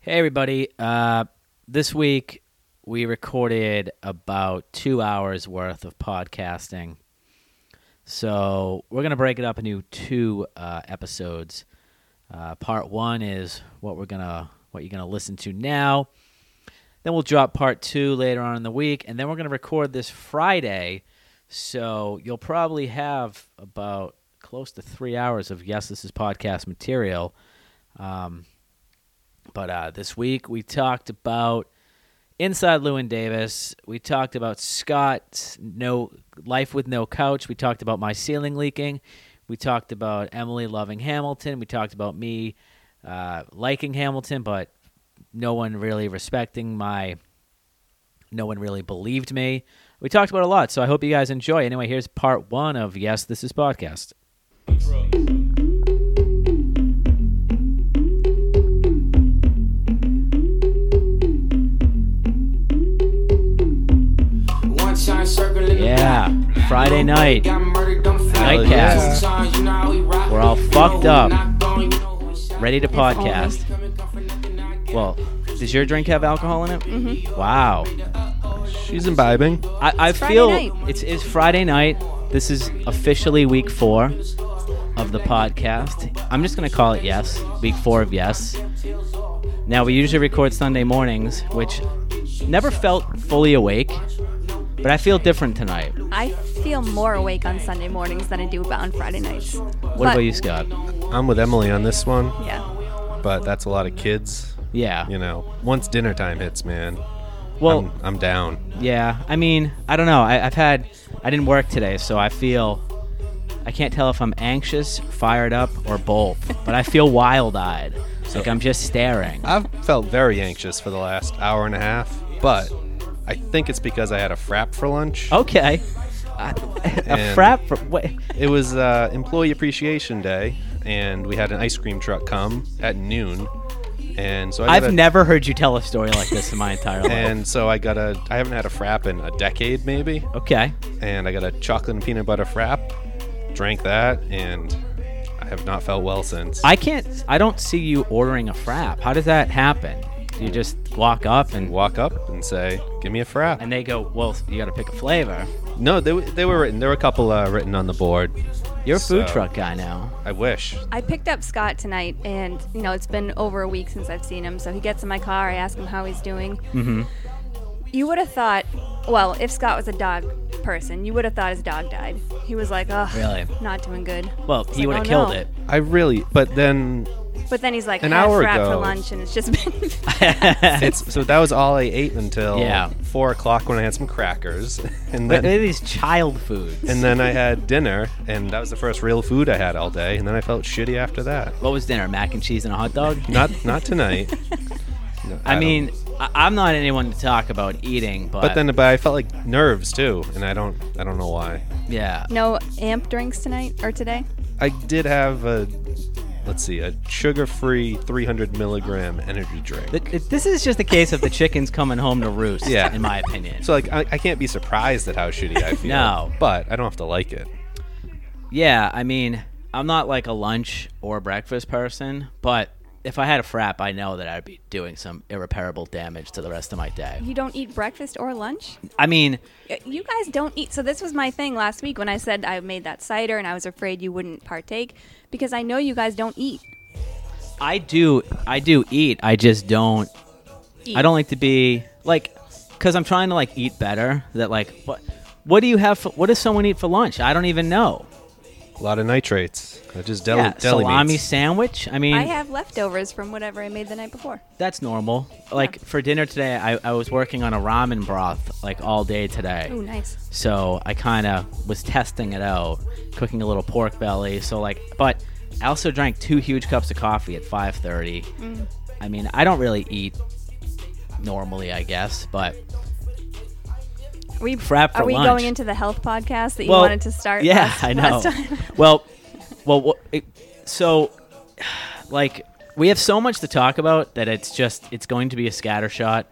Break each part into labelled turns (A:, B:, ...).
A: Hey, everybody. Uh, this week we recorded about two hours worth of podcasting. So we're going to break it up into two uh, episodes. Uh, part one is what we're gonna what you're gonna listen to now. Then we'll drop part two later on in the week, and then we're gonna record this Friday. So you'll probably have about close to three hours of yes, this is podcast material. Um, but uh, this week we talked about inside Lewin Davis. We talked about Scott's no life with no couch. We talked about my ceiling leaking. We talked about Emily loving Hamilton. We talked about me uh, liking Hamilton, but no one really respecting my. No one really believed me. We talked about a lot, so I hope you guys enjoy. Anyway, here's part one of Yes, This Is Podcast.
B: One time circling
A: Yeah, Friday night.
B: Night
A: Nightcast. We're all fucked up. Ready to podcast. Well, does your drink have alcohol in it? Mm-hmm. Wow.
C: She's imbibing.
A: I, I
D: Friday
A: feel
D: night.
A: it's it's Friday night. This is officially week four of the podcast. I'm just gonna call it yes, week four of yes. Now we usually record Sunday mornings, which never felt fully awake, but I feel different tonight. What
D: I feel more awake on Sunday mornings than I do about on Friday nights. What
A: about you, Scott?
C: I'm with Emily on this one,
D: Yeah.
C: but that's a lot of kids.
A: Yeah.
C: You know, once dinner time hits, man,
A: Well,
C: I'm, I'm down.
A: yeah. I mean, I don't know. I, I've had I didn't work today, so I feel I can't tell if I'm anxious, fired up, or both. But I feel wild-eyed, like I'm just staring.
C: I've felt very anxious for the last hour and a half, but I think it's because I had a frap for lunch.
A: Okay. I- A
C: And-
A: frap for what?
C: It was uh, Employee Appreciation Day, and we had an ice cream truck come at noon, and so I got
A: I've
C: a-
A: never heard you tell a story like this in my entire life.
C: And so I got a. I haven't had a frap in a decade, maybe.
A: okay.
C: and I got a chocolate and peanut butter frap, drank that, and I have not felt well since.
A: I can't. I don't see you ordering a frap. How does that happen? Do you just walk up and
C: walk up and say, "Give me a frap."
A: and they go, well, you got to pick a flavor.
C: no, they, w- they were written. There were a couple uh, written on the board.
A: You're a food
C: So-
A: truck guy now.
C: I wish.
D: I picked up Scott tonight, and you know it's been over a week since I've seen him. So he gets in my car. I ask him how he's doing. Mm-hmm. You would have thought, well, if Scott was a dog person, you would have thought his dog died. He was like, oh,
A: Really?
D: not doing good.
A: Well,
D: It's
A: he would
D: like,
A: have
D: "Oh,
A: killed
D: no."
A: it.
C: I really. But then
D: But then he's like,
C: An
D: "Had
C: hour
D: frap for
C: ago.
D: lunch, and it's just been.
C: it's so that was all I ate until
A: Yeah.
C: four o'clock when I had some crackers, and
A: But
C: then.
A: it is child food.
C: and then I had dinner, and that was the first real food I had all day. And then I felt shitty after that.
A: what was dinner? Mac and cheese and a hot dog.
C: Not not tonight. No,
A: I,
C: don't-
A: mean, uh, I, I'm not anyone to talk about eating, but,
C: but then but I felt like nerves too, and I don't I don't know why.
A: yeah,
D: no amp drinks tonight or today.
C: I did have a let's see a sugar-free 300 milligram energy drink.
A: Th- th- this is just a case of the chickens coming home to roost.
C: Yeah.
A: in my opinion.
C: so like I, I can't be surprised at how shitty I feel.
A: No.
C: but I don't have to like it.
A: Yeah, I mean, I'm not like a lunch or breakfast person, but if I had a frap, I know that I'd be doing some irreparable damage to the rest of my day.
D: You don't eat breakfast or lunch.
A: I mean,
D: Uh, You guys don't eat. So this was my thing last week when I said I made that cider and I was afraid you wouldn't partake because I know you guys don't eat.
A: I do I do eat. I just don't
D: Eat.
A: I don't like to be like cuz I'm trying to like eat better that like what what do you have for, what does someone eat for lunch? I don't even know.
C: A lot of nitrates. I just deli,
A: yeah,
C: deli
A: salami
C: meats.
A: sandwich? I mean,
D: I have leftovers from whatever I made the night before.
A: that's normal. Like for dinner today, I, I was working on a ramen broth like all day today.
D: Ooh, nice.
A: So I kind of was testing it out, cooking a little pork belly. So like, but I also drank two huge cups of coffee at 5:30.
D: Mm.
A: I mean, I don't really eat normally, I guess, but
D: Are we,
A: Frap for
D: are we
A: lunch.
D: going into the health podcast that you
A: well,
D: wanted to start?
A: Yeah,
D: last-
A: I know.
D: last time?
A: well, well, wha- it, so like we have so much to talk about that it's just it's going to be a scattershot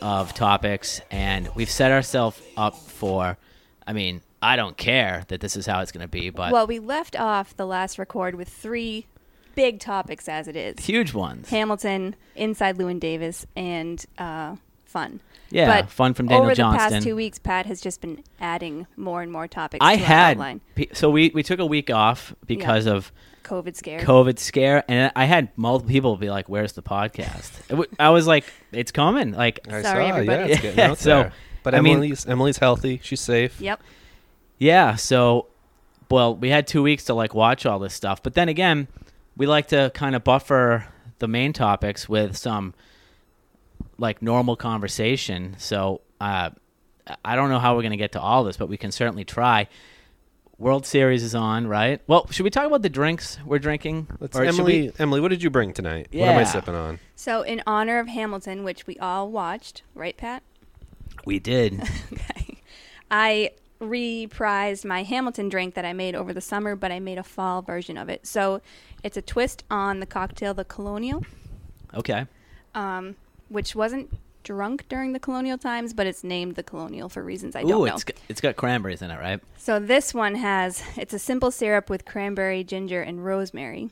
A: of topics, and we've set ourselves up for. I mean, I don't care that this is how it's going to be, but
D: well, we left off the last record with three big topics as it is.
A: Huge ones.
D: Hamilton, Inside Lewin Davis, and uh, Fun.
A: Yeah,
D: but
A: Fun from Daniel
D: over the
A: Johnston.
D: past two weeks, Pat has just been adding more and more topics.
A: I
D: to our
A: had
D: outline.
A: pe- so we we took a week off because of
D: COVID scare.
A: COVID scare, and I had multiple people be like, "Where's the podcast?" It w- I was like, "It's coming!" Like,
C: I
D: Sorry,
C: saw, Yeah,
D: everybody.
C: it's getting out
A: So,
C: there. But
A: I mean-
C: Emily's Emily's healthy. She's safe.
D: yep.
A: yeah. So, well, we had two weeks to like watch all this stuff, but then again, we like to kind of buffer the main topics with some like normal conversation. So, uh, I don't know how we're gonna get to all this, but we can certainly try. World Series is on, right? Well, should we talk about the drinks we're drinking?
C: Let's,
A: Or should
C: Emily,
A: we-
C: Emily, what did you bring tonight? What am I
A: Yeah.
C: sipping on?
D: So, in honor of Hamilton, which we all watched, right, Pat?
A: we did.
D: Okay. I reprised my Hamilton drink that I made over the summer, but I made a fall version of it. So, it's a twist on the cocktail, the Colonial.
A: Okay.
D: um, which wasn't drunk during the colonial times, but it's named the colonial for reasons I don't
A: Ooh,
D: know.
A: it's g- it's got cranberries in it, right?
D: so this one has it's a simple syrup with cranberry, ginger, and rosemary.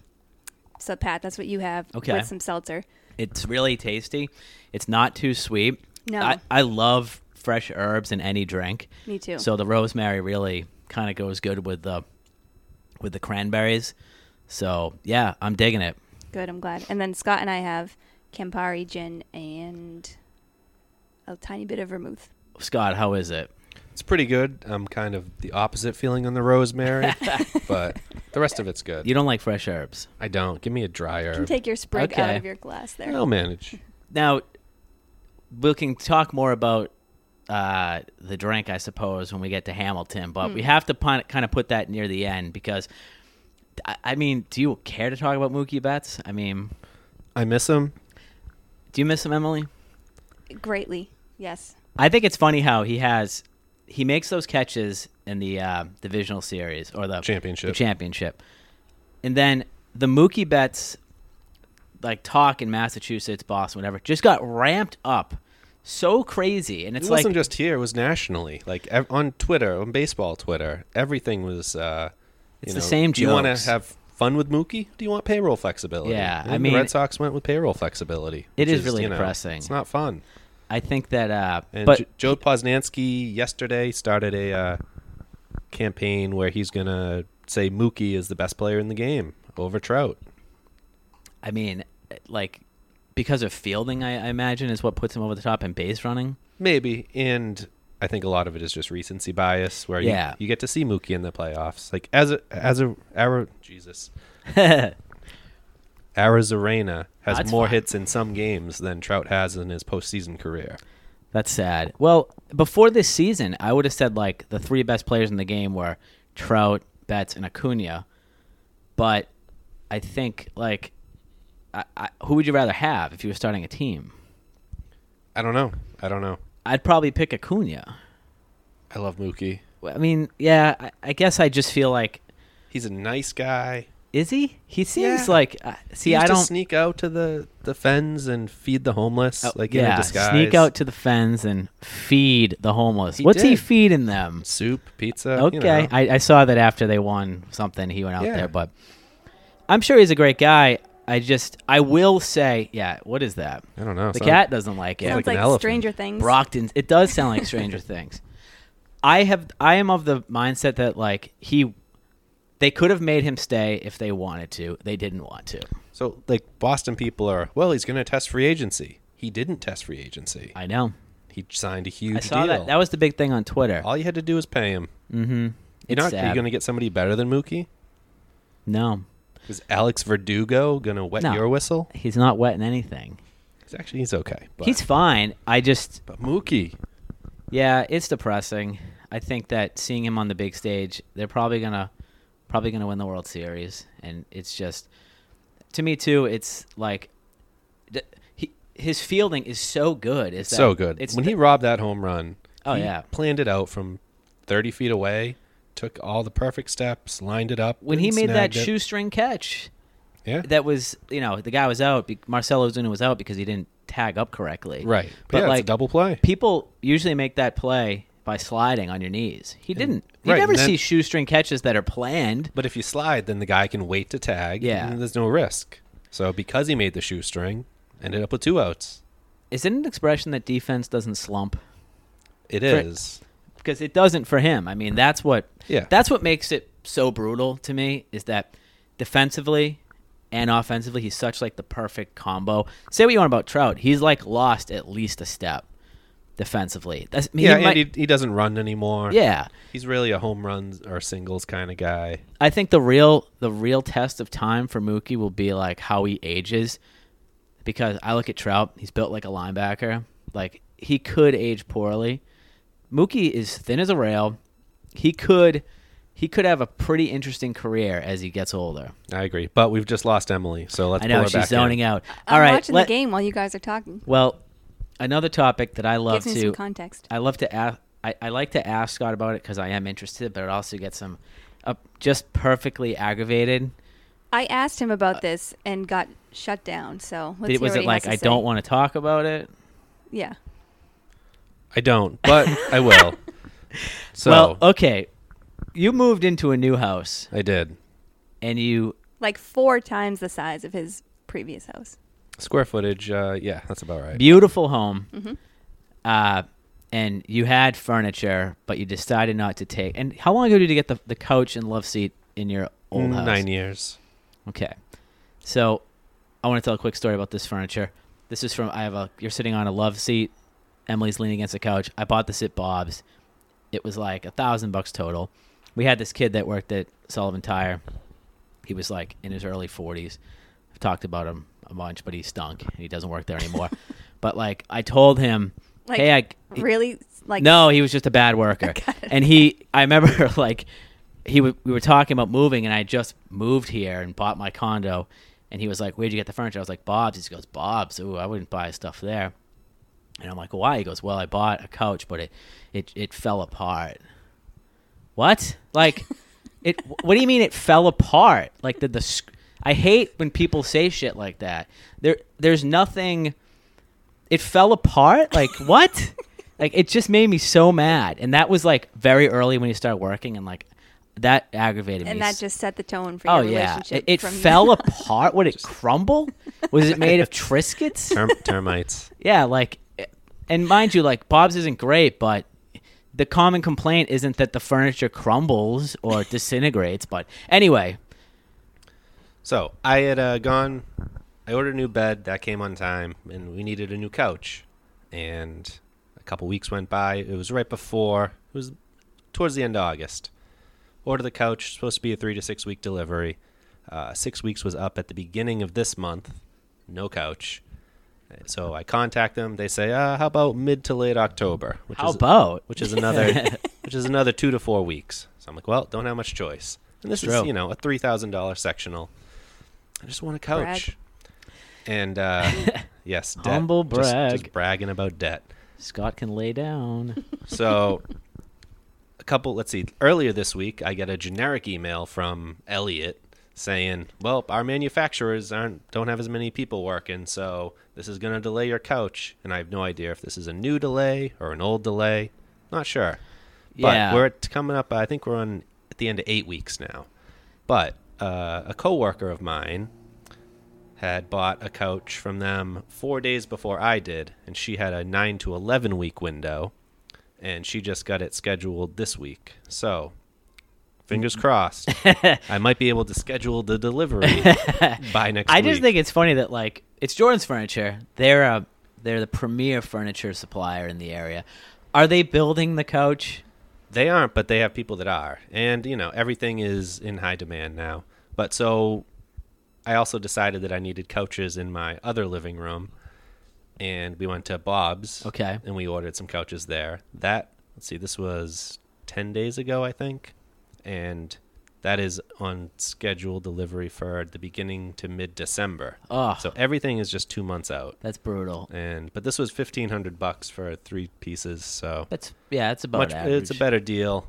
D: So Pat, that's what you have
A: Okay.
D: with some seltzer.
A: It's really tasty. It's not too sweet.
D: No.
A: I, I love fresh herbs in any drink.
D: Me too.
A: So the rosemary really kind of goes good with the with the cranberries. So yeah, I'm digging it.
D: Good, I'm glad. And then Scott and I have Campari gin and a tiny bit of vermouth.
A: Scott, how is it?
C: It's pretty good. I'm kind of the opposite feeling on the rosemary, but the rest of it's good.
A: You don't like fresh herbs.
C: I don't. Give me a dry
D: You can
C: herb.
D: take your sprig out
A: Okay. Um,
D: of your glass there.
C: I'll manage.
A: Now we can talk more about uh, the drink, I suppose, when we get to Hamilton, but
D: Hmm.
A: we have to pun- kind of put that near the end because, I, I mean, do you care to talk about Mookie Betts? I mean,
C: I miss him.
A: Do you miss him, Emily?
D: Greatly, yes.
A: I think it's funny how he has he makes those catches in the uh, divisional series or the
C: Championship.
A: the championship, and then the Mookie Betts like talk in Massachusetts, Boston, whatever, just got ramped up so crazy, and it's
C: it
A: like
C: wasn't just here. It was nationally. Like ev- on Twitter, on baseball Twitter, everything was. Uh,
A: It's
C: you
A: the
C: know,
A: same
C: Do you want
A: jokes.
C: to have fun with Mookie? Do you want payroll flexibility?
A: Yeah,
C: And
A: I
C: the
A: mean-
C: Red Sox went with payroll flexibility.
A: It
C: which
A: is really
C: you know,
A: depressing.
C: It's not fun.
A: I think that, uh,
C: And
A: but
C: J- Joe Posnanski yesterday started a uh, campaign where he's gonna say Mookie is the best player in the game over Trout.
A: I mean, like because of fielding, I, I imagine is what puts him over the top and base running.
C: Maybe. And I think a lot of it is just recency bias where
A: Yeah.
C: you, you get to see Mookie in the playoffs. Like as a as a Ara, Jesus. Arizarena has
A: That's
C: more
A: fine.
C: hits in some games than Trout has in his postseason career.
A: That's sad. Well, before this season, I would have said like the three best players in the game were Trout, Betts, and Acuna. But I think like, I, I, who would you rather have if you were starting a team?
C: I don't know. I don't know.
A: I'd probably pick Acuna.
C: I love Mookie.
A: Well, I mean, yeah, I, I guess I just feel like
C: He's a nice guy.
A: is he? He seems
C: Yeah.
A: like uh,
C: He
A: see,
C: used
A: I
C: to
A: don't
C: sneak out to the, the fens and feed the homeless,
A: oh,
C: like in a
A: yeah,
C: disguise.
A: sneak out to the fens and feed the homeless. What's he
C: did.
A: feeding them?
C: soup, pizza. uh, you
A: Okay,
C: know.
A: I, I saw that after they won something, he went out
C: Yeah.
A: there. But I'm sure he's a great guy. I just, I will say, yeah. What is that?
C: I don't know.
A: The
C: So-
A: cat doesn't like it.
C: like
D: Sounds
C: an
D: like,
C: elephant.
D: Stranger Things.
A: Brockton. It does sound like Stranger Things. I have. I am of the mindset that like he, they could have made him stay if they wanted to. They didn't want to.
C: So, like, Boston people are, well, he's going to test free agency. He didn't test free agency.
A: I know.
C: He signed a huge
A: I saw
C: deal.
A: that. That was the big thing on Twitter. Mm-hmm.
C: All you had to do was pay him. You're
A: It's
C: not, Are
A: sad.
C: you going to get somebody better than Mookie?
A: no,
C: Is Alex Verdugo going to wet
A: No.
C: your whistle?
A: he's not wetting anything.
C: 'Cause Actually, he's okay. But,
A: He's fine. I just
C: but Mookie,
A: Yeah, it's depressing. I think that seeing him on the big stage, they're probably gonna probably gonna win the World Series, and it's just to me too. It's like th- he, his fielding is so good. Is that,
C: so good.
A: It's
C: when he robbed that home run,
A: Oh,
C: he
A: yeah.
C: planned it out from 30 feet away, took all the perfect steps, lined it up.
A: when he
C: and
A: made that
C: snagged it.
A: shoestring catch.
C: Yeah.
A: That was you know the guy was out. Be- Marcelo Zuna was out because he didn't tag up correctly.
C: right.
A: but
C: yeah,
A: like
C: it's a double play.
A: people usually make that play by sliding on your knees. He didn't. You
C: right,
A: never
C: and then-
A: see shoestring catches that are planned.
C: But if you slide, then the guy can wait to tag.
A: Yeah.
C: and there's no risk. So because he made the shoestring, ended up with two outs.
A: Is it an expression that defense doesn't slump?
C: It
A: Correct.
C: is.
A: Because it doesn't for him. I mean, that's what
C: Yeah.
A: that's what makes it so brutal to me is that defensively and offensively he's such like the perfect combo. Say what you want about Trout, he's like lost at least a step defensively. That's I mean,
C: yeah,
A: he
C: and
A: might-
C: he, he doesn't run anymore.
A: yeah.
C: He's really a home runs or singles kind of guy.
A: I think the real the real test of time for Mookie will be like how he ages, because I look at Trout, he's built like a linebacker. Like he could age poorly. Mookie is thin as a rail. He could he could have a pretty interesting career as he gets older.
C: I agree. But we've just lost Emily, so let's
A: I
C: pull
A: know
C: her
A: she's
C: back
A: zoning
C: in.
A: out.
D: I'm
A: All right,
D: watching
A: let-
D: the game while you guys are talking.
A: Well, another topic that I love
D: Gives me some
A: to
D: context.
A: I love to ask. I, I like to ask Scott about it because I am interested, but it also gets him uh, just perfectly aggravated
D: I asked him about this and got shut down. So let's
A: Did-
D: hear
A: was
D: what
A: it
D: he
A: like
D: has to
A: I
D: say.
A: don't want to talk about it?
D: Yeah.
C: I don't, but I will. So
A: well, okay. You moved into a new house
C: I did.
A: and you
D: Like four times the size of his previous house.
C: Square footage, uh, yeah, that's about right.
A: beautiful home.
D: Mm-hmm.
A: Uh and you had furniture, but you decided not to take. And how long ago did you get the the couch and love seat in your old house?
C: Nine years.
A: Okay. So I want to tell a quick story about this furniture. This is from I have a you're sitting on a love seat. Emily's leaning against the couch. I bought this at Bob's. It was like a thousand bucks total. We had this kid that worked at Sullivan Tire. He was like in his early forties. I've talked about him a bunch, but he stunk and he doesn't work there anymore. but like I told him,
D: Like,
A: hey, I
D: really? Like
A: no, he was just a bad worker.
D: Got it.
A: And he, I remember like he w- we were talking about moving, and I just moved here and bought my condo, and he was like, "Where'd you get the furniture?" I was like, "Bob's." He goes, "Bob's." Ooh, I wouldn't buy stuff there. And I'm like, "Why?" He goes, "Well, I bought a couch, but it it it fell apart." What? Like, it? What do you mean it fell apart? Like did the? sc- I hate when people say shit like that. There, there's nothing it fell apart. Like what? like it just made me so mad. And that was like very early when you started working, and like that aggravated me.
D: And that just set the tone for your
A: oh yeah,
D: relationship.
A: it, it
D: from
A: fell apart. Would it crumble? Was it made of Triscuits?
C: Term- termites.
A: Yeah, like, and mind you, like Bob's isn't great, but the common complaint isn't that the furniture crumbles or disintegrates. But anyway,
C: So I had uh, gone. I ordered a new bed that came on time, and we needed a new couch. And a couple weeks went by. It was right before. It was towards the end of August. Ordered the couch. Supposed to be a three to six week delivery. Uh, six weeks was up at the beginning of this month. No couch. So I contact them. They say, uh, "How about mid to late October?" Which
A: how
C: is,
A: about
C: which is another which is another two to four weeks. So I'm like, well, don't have much choice. And this is
A: True.
C: you know a three thousand dollar sectional. I just want a couch. And uh, yes, debt.
A: Humble
C: Just- Just,
A: brag.
C: bragging about debt.
A: Scott can lay down?
C: So a couple. Let's see. Earlier this week, I get a generic email from Elliot saying, "Well, our manufacturers aren't don't have as many people working, so this is going to delay your couch." And I have no idea if this is a new delay or an old delay. Not sure. But
A: yeah,
C: we're at, coming up. I think we're on at the end of eight weeks now. But uh, a coworker of mine had bought a couch from them four days before I did, and she had a nine to eleven week window, and she just got it scheduled this week. So, fingers
A: Mm.
C: crossed, I might be able to schedule the delivery by next.
A: I just
C: week.
A: think it's funny that like it's Jordan's Furniture. They're a they're the premier furniture supplier in the area. Are they building the couch?
C: They aren't, but they have people that are. And, you know, everything is in high demand now. But so I also decided that I needed couches in my other living room. And we went to Bob's.
A: Okay.
C: And we ordered some couches there. That, let's see, this was 10 days ago, I think. And that is on schedule delivery for the beginning to mid December.
A: Oh,
C: So everything is just two months out.
A: that's brutal.
C: And, but this was 1500 bucks for three pieces. So
A: That's yeah, that's about
C: much,
A: average.
C: it's a better deal.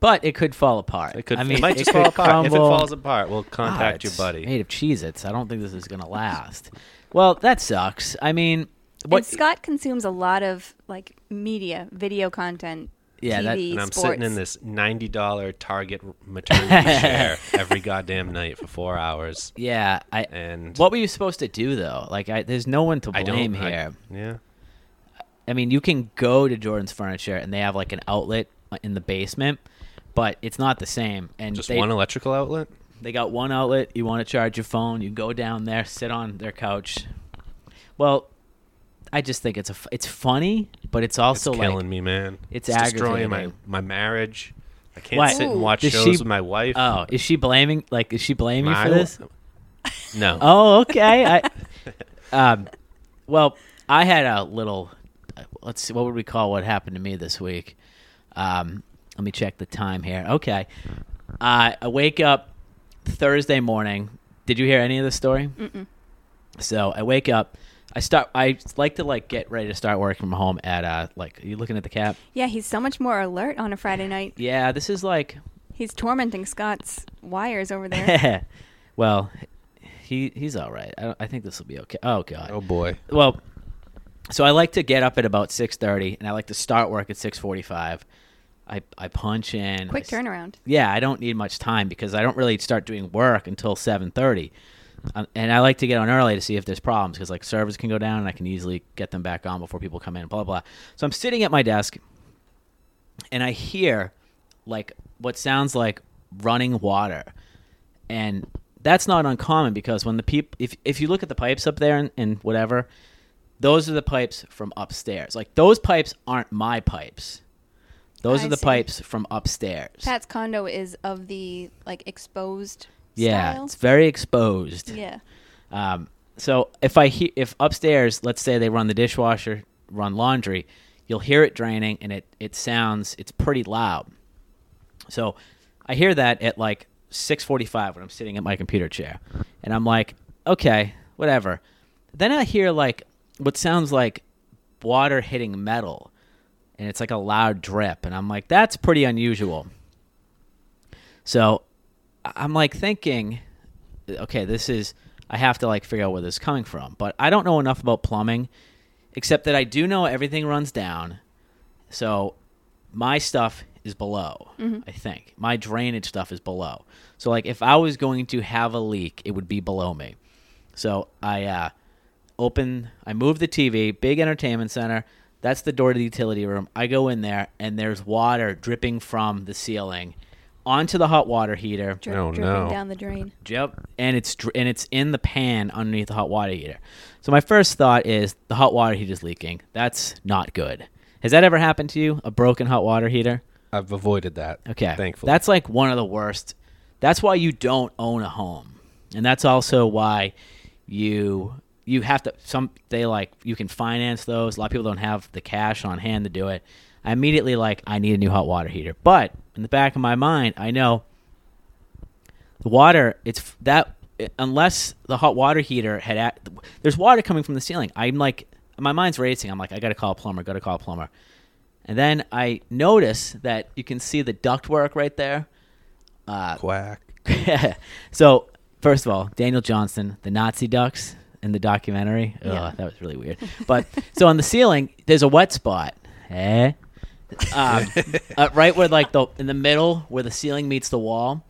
A: but it could fall apart.
C: It could.
A: I mean,
C: it might just
A: could
C: fall apart. If it
A: crumble.
C: falls apart, we'll
A: Ah,
C: contact your
A: it's
C: buddy.
A: Made of Cheez-Its. I don't think this is gonna last. well, that sucks. I mean,
D: What?
A: what?
D: Scott consumes a lot of like media, video content
A: Yeah, that-
D: TV,
C: and I'm
D: sports.
C: sitting in this ninety dollar Target maternity chair every goddamn night for four hours.
A: Yeah, I.
C: And
A: What were you supposed to do though? Like, I, there's no one to
C: I don't
A: blame
C: I-
A: here.
C: yeah,
A: I mean, you can go to Jordan's Furniture and they have like an outlet uh, in the basement, but it's not the same. And
C: just
A: they,
C: one electrical outlet.
A: they got one outlet. You want to charge your phone, you go down there, sit on their couch. Well, I just think it's a f- it's funny, but it's
C: It's
A: also
C: killing
A: like
C: me, man.
A: it's
C: destroying my
A: aggravating.
C: my marriage. I can't
A: Why?
C: sit
D: Ooh.
C: and watch
A: Does
C: shows
A: she-
C: with my wife.
A: oh, is she blaming like is she blaming you
C: My-
A: for this?
C: No.
A: Oh, okay. I um well, I had a little let's see what would we call what happened to me this week. Um let me check the time here. Okay. Uh, I wake up Thursday morning. Did you hear any of this story? Mm-mm. So I wake up. I start. I like to like get ready to start working from home at uh like. Are you looking at the cap?
D: Yeah, he's so much more alert on a Friday night.
A: Yeah. This is like
D: He's tormenting Scott's wires over there.
A: well, he he's all right. I, don't, I think this will be okay. Oh god.
C: Oh boy.
A: well so i like to get up at about 6.30 and i like to start work at 6.45 i, I punch in
D: Quick
A: I s-
D: turnaround.
A: yeah i don't need much time because i don't really start doing work until 7.30 um, and i like to get on early to see if there's problems because like servers can go down and i can easily get them back on before people come in blah blah so i'm sitting at my desk and i hear like what sounds like running water and that's not uncommon because when the people if, if you look at the pipes up there and, and whatever those are the pipes from upstairs like those pipes aren't my pipes those
D: I
A: are the
D: see.
A: pipes from upstairs
D: Pat's condo is of the like exposed
A: yeah
D: style.
A: it's very exposed
D: yeah.
C: Oh,
A: um, so if i he- if upstairs let's say they run the dishwasher run laundry you'll hear it draining and it it sounds it's pretty loud So I hear that at like 6:45 when I'm sitting at my computer chair, and I'm like, okay, whatever. Then I hear like what sounds like water hitting metal, and it's like a loud drip, and I'm like, that's pretty unusual. So I- I'm like thinking, okay, this is I have to like figure out where this is coming from, but I don't know enough about plumbing, except that I do know everything runs down. So my stuff is below, I think. My drainage stuff is below. So like if I was going to have a leak, it would be below me. So I uh open I move the TV, big entertainment center. That's the door to the utility room. I go in there and there's water dripping from the ceiling onto the hot water heater.
D: Drip,
C: No,
D: dripping
C: no.
D: down the drain.
A: Yep, and it's dr- and it's in the pan underneath the hot water heater. So my first thought is the hot water heater's leaking. That's not good. Has that ever happened to you? A broken hot water heater?
C: I've avoided that.
A: Okay.
C: Thankfully.
A: That's like one of the worst. That's why you don't own a home. And that's also why you you have to some they like you can finance those. A lot of people don't have the cash on hand to do it. I immediately like I need a new hot water heater. But in the back of my mind, I know the water it's f- that unless the hot water heater had act, there's water coming from the ceiling. I'm like my mind's racing. I'm like I got to call a plumber, got to call a plumber. And then I notice that you can see the ductwork right there. Uh,
C: quack.
A: so, first of all, Daniel Johnston, the Nazi ducks in the documentary. Ugh,
D: Yeah.
A: that was really weird. But so on the ceiling, there's a wet spot. Eh? Um, uh, right where like the in the middle where the ceiling meets the wall.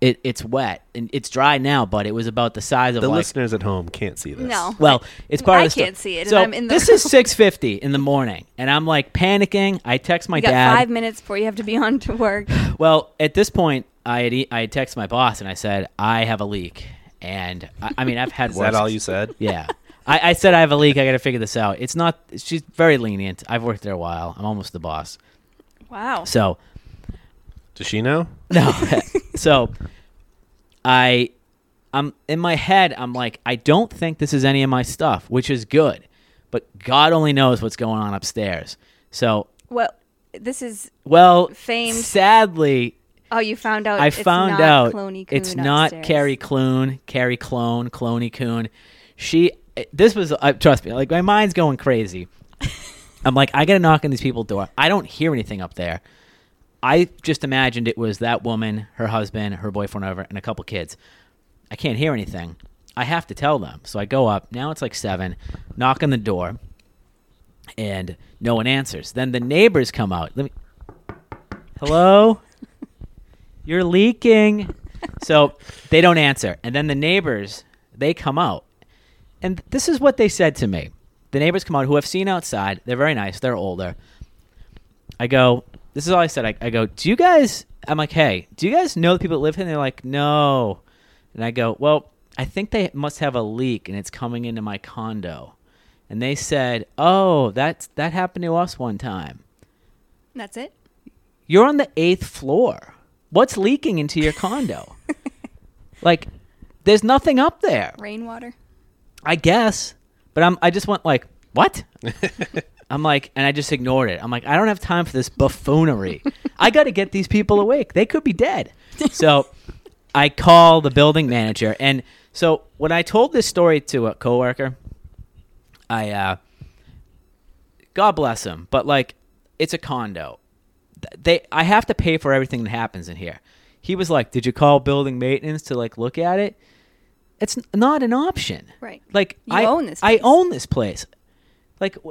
A: It, it's wet and it's dry now, but it was about the size of
C: The
A: like
C: listeners at home can't see this.
D: No.
A: well, it's part
D: I
A: of the sto-
D: can't see it, and
A: So
D: I'm in the
A: this is six fifty in the morning, and I'm like panicking. I text my
D: You got
A: dad.
D: five minutes before you have to be on to work.
A: Well, at this point, I had e- I had texted my boss and I said I have a leak, and I, I mean I've had
C: Is
A: worse.
C: that all you said?
A: Yeah, I, I said I have a leak. I got to figure this out. It's not. She's very lenient. I've worked there a while. I'm almost the boss.
D: Wow.
A: So
C: Does she know?
A: no. so I I'm in my head I'm like I don't think this is any of my stuff, which is good. But God only knows what's going on upstairs. So,
D: Well, this is
A: well,
D: Famed.
A: sadly,
D: oh, you found out.
A: I
D: it's
A: found
D: not
A: out
D: Cloney
A: it's
D: Coon
A: not
D: upstairs.
A: Carrie Clune, Carrie Clone, Cloney Coon. She. eh, This was. Uh, trust me. Like my mind's going crazy. I'm like, I gotta knock on these people's door. I don't hear anything up there. I just imagined it was that woman, her husband, her boyfriend over, and a couple kids. I can't hear anything. I have to tell them. So I go up. Now it's like seven. Knock on the door, and no one answers. Then the neighbors come out. Let me. hello? You're leaking. So they don't answer. And then the neighbors, they come out. And this is what they said to me. The neighbors come out who I've seen outside. They're very nice. They're older. I go, this is all I said. I, I go, do you guys, I'm like, hey, do you guys know the people that live here? And they're like, no. And I go, well, I think they must have a leak and it's coming into my condo. And they said, oh, that's, that happened to us one time.
D: That's it.
A: You're on the eighth floor. What's leaking into your condo? like, there's nothing up there.
D: Rainwater.
A: I guess, but I'm. I just went like, what? I'm like, and I just ignored it. I'm like, I don't have time for this buffoonery. I got to get these people awake. They could be dead. So I call the building manager, and so when I told this story to a coworker, I, uh, God bless him, but like, it's a condo. Th- They, I have to pay for everything that happens in here. He was like, "Did you call building maintenance to like look at it?" It's n- not an option.
D: Right.
A: Like
D: You
A: I
D: own this
A: I
D: place.
A: own this place. Like, wh-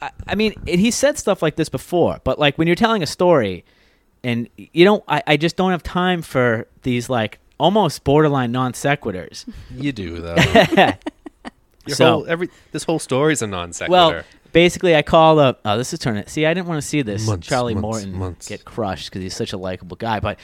A: I, I mean, and he said stuff like this before, but like when you're telling a story, and you don't, I, I just don't have time for these like almost borderline non sequiturs.
C: You do though. Your
A: So-
C: whole every this whole story's a non sequitur.
A: well, basically, I call up. Oh, this is turning. See, I didn't want to see this
C: Months,
A: Charlie
C: months,
A: Morton
C: months.
A: get crushed because he's such a likable guy, but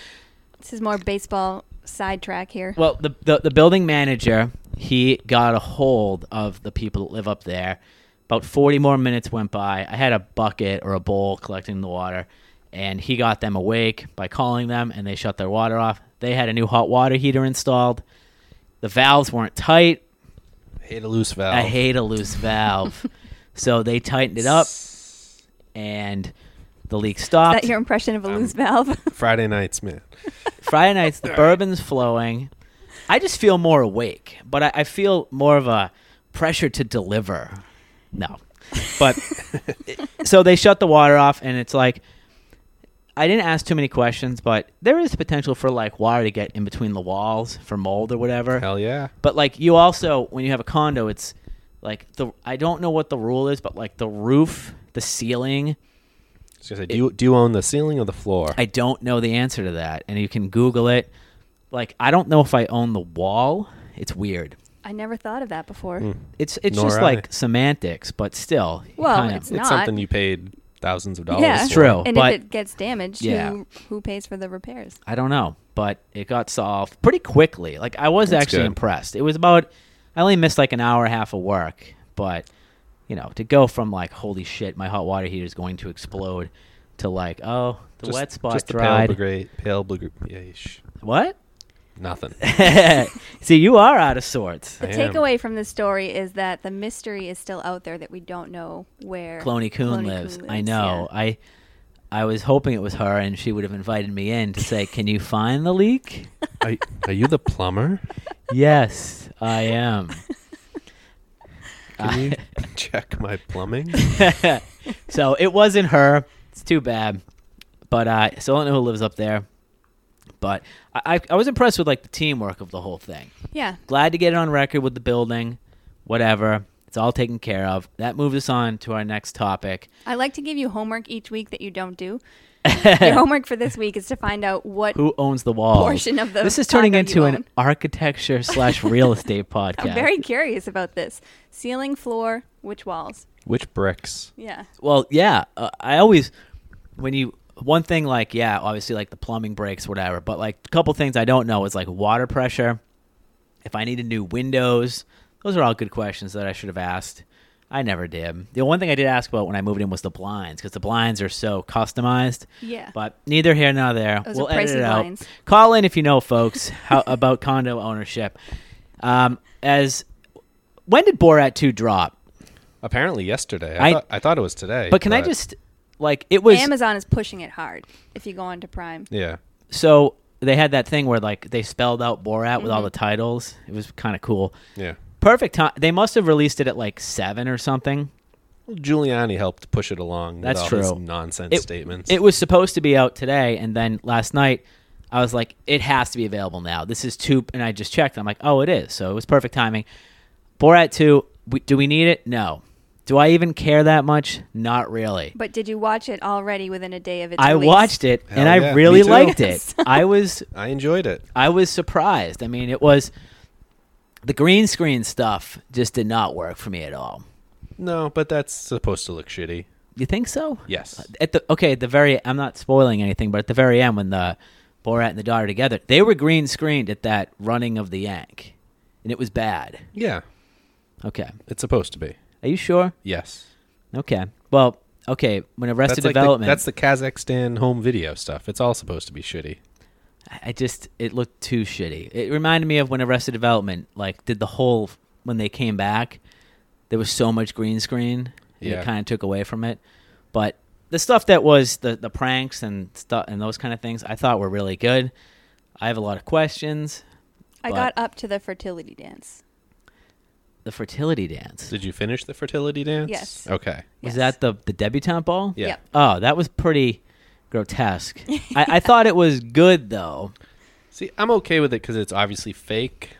D: This is more baseball sidetrack here.
A: Well, the, the the building manager he got a hold of the people that live up there. About forty more minutes went by. I had a bucket or a bowl collecting the water, and he got them awake by calling them, and they shut their water off. They had a new hot water heater installed. The valves weren't tight.
C: hate a loose valve.
A: I hate a loose valve, so they tightened it up, and the leak
D: is
A: stopped.
D: that your impression
A: Um,
D: of a loose valve?
C: Friday nights, man.
A: Friday nights, the bourbon's flowing. I just feel more awake, but I, I feel more of a pressure to deliver. No, but so they shut the water off, and it's like I didn't ask too many questions, but there is potential for like water to get in between the walls for mold or whatever.
C: Hell yeah.
A: But like you also when you have a condo, it's like the I don't know what the rule is, but like the roof, the ceiling,
C: I was gonna say, do you do you own the ceiling or the floor?
A: I don't know the answer to that, and you can Google it. Like I don't know if I own the wall. It's weird.
D: I never thought of that before.
A: Hmm. It's it's
C: Nor
A: just
C: I.
A: like semantics, but still. you
D: Well,
A: kinda-
D: it's
C: it's
D: not.
C: something you paid thousands of dollars
D: Yeah. It's
C: for.
A: true.
D: and
A: but-
D: if it gets damaged,
A: Yeah.
D: who who pays for the repairs?
A: I don't know, but it got solved pretty quickly. Like I was
C: That's
A: actually
C: good.
A: impressed. It was about I only missed like an hour and a half of work, but you know, to go from like holy shit, my hot water heater is going to explode, to like oh the
C: Just-
A: wet spot
C: just the
A: dried.
C: pale brigade, pale brigade, yeesh.
A: what?
C: nothing.
A: See, you are out of sorts.
D: The
C: I am.
D: takeaway from this story is that the mystery is still out there that we don't know where
A: Cloney Coon
D: Cloney
A: lives.
D: Coon
A: I know.
D: yeah.
A: I I was hoping it was her, and she would have invited me in to say, "Can you find the leak?"
C: are, are you the plumber?
A: yes, I am.
C: Can you check my plumbing?
A: so it wasn't her. It's too bad, but uh, I still don't know who lives up there. But I, I, I was impressed with like the teamwork of the whole thing.
D: yeah.
A: Glad to get it on record with the building, whatever. It's all taken care of. That moves us on to our next topic.
D: I like to give you homework each week that you don't do. Your homework for this week is to find out what
A: Who owns the walls?
D: Portion of the
A: this is turning
D: condo you
A: into an
D: own.
A: architecture slash real estate podcast.
D: I'm very curious about this. Ceiling, floor, which walls?
C: Which bricks?
D: Yeah.
A: well, yeah. Uh, I always when you one thing like yeah, obviously like the plumbing breaks, whatever. But like a couple things I don't know is like water pressure. If I needed new windows, those are all good questions that I should have asked. I never did. The one thing I did ask about when I moved in was the blinds because the blinds are so customized.
D: Yeah.
A: But neither here nor there.
D: Those
A: we'll
D: are
A: edit
D: pricey
A: it out.
D: blinds.
A: Call in if you know, folks, how, about condo ownership. Um, as when did Borat two drop?
C: Apparently yesterday. I,
A: I-
C: thought, I thought it was today.
A: But can I just like it was
D: Amazon is pushing it hard if you go on to Prime.
C: Yeah.
A: so they had that thing where like they spelled out Borat with all
D: Mm-hmm.
A: the titles. It was kind of cool.
C: Yeah.
A: Perfect time. They must have released it at like seven or something.
C: Well, Giuliani helped push it along
A: That's
C: with all his
A: true.
C: nonsense statements.
A: It was supposed to be out today, and then last night I was like, it has to be available now. This is two, and I just checked. I'm like, oh, it is. So it was perfect timing. Borat two. We, do we need it? No. Do I even care that much? Not really.
D: But did you watch it already within a day of its
A: I
D: release?
A: watched it
C: Hell
A: and I
C: yeah, me
A: really
C: too.
A: liked it. I was
C: I enjoyed it.
A: I was surprised. I mean, it was the green screen stuff just did not work for me at all.
C: No, but that's supposed to look shitty.
A: You think so?
C: Yes.
A: At the okay, at the very I'm not spoiling anything, but at the very end when the Borat and the daughter together, they were green screened at that running of the Yank, and it was bad.
C: Yeah,
A: Okay,
C: it's supposed to be.
A: are you sure?
C: Yes.
A: Okay, well, okay. When Arrested
C: like the-
A: Development,
C: that's the Kazakhstan home video stuff. It's all supposed to be shitty.
A: I just it looked too shitty. It reminded me of when Arrested Development like did the whole when they came back, there was so much green screen and
C: Yeah.
A: it kind of took away from it. But the stuff that was the the pranks and stuff and those kind of things I thought were really good. I have a lot of questions.
D: I
A: but-
D: got up to the fertility dance.
A: The fertility dance.
C: Did you finish the fertility dance?
D: Yes.
C: Okay.
A: Was
D: Yes.
A: that the the debutante ball?
C: Yeah.
D: Yep.
A: Oh, that was pretty grotesque. I, I thought it was good though.
C: See, I'm okay with it because it's obviously fake.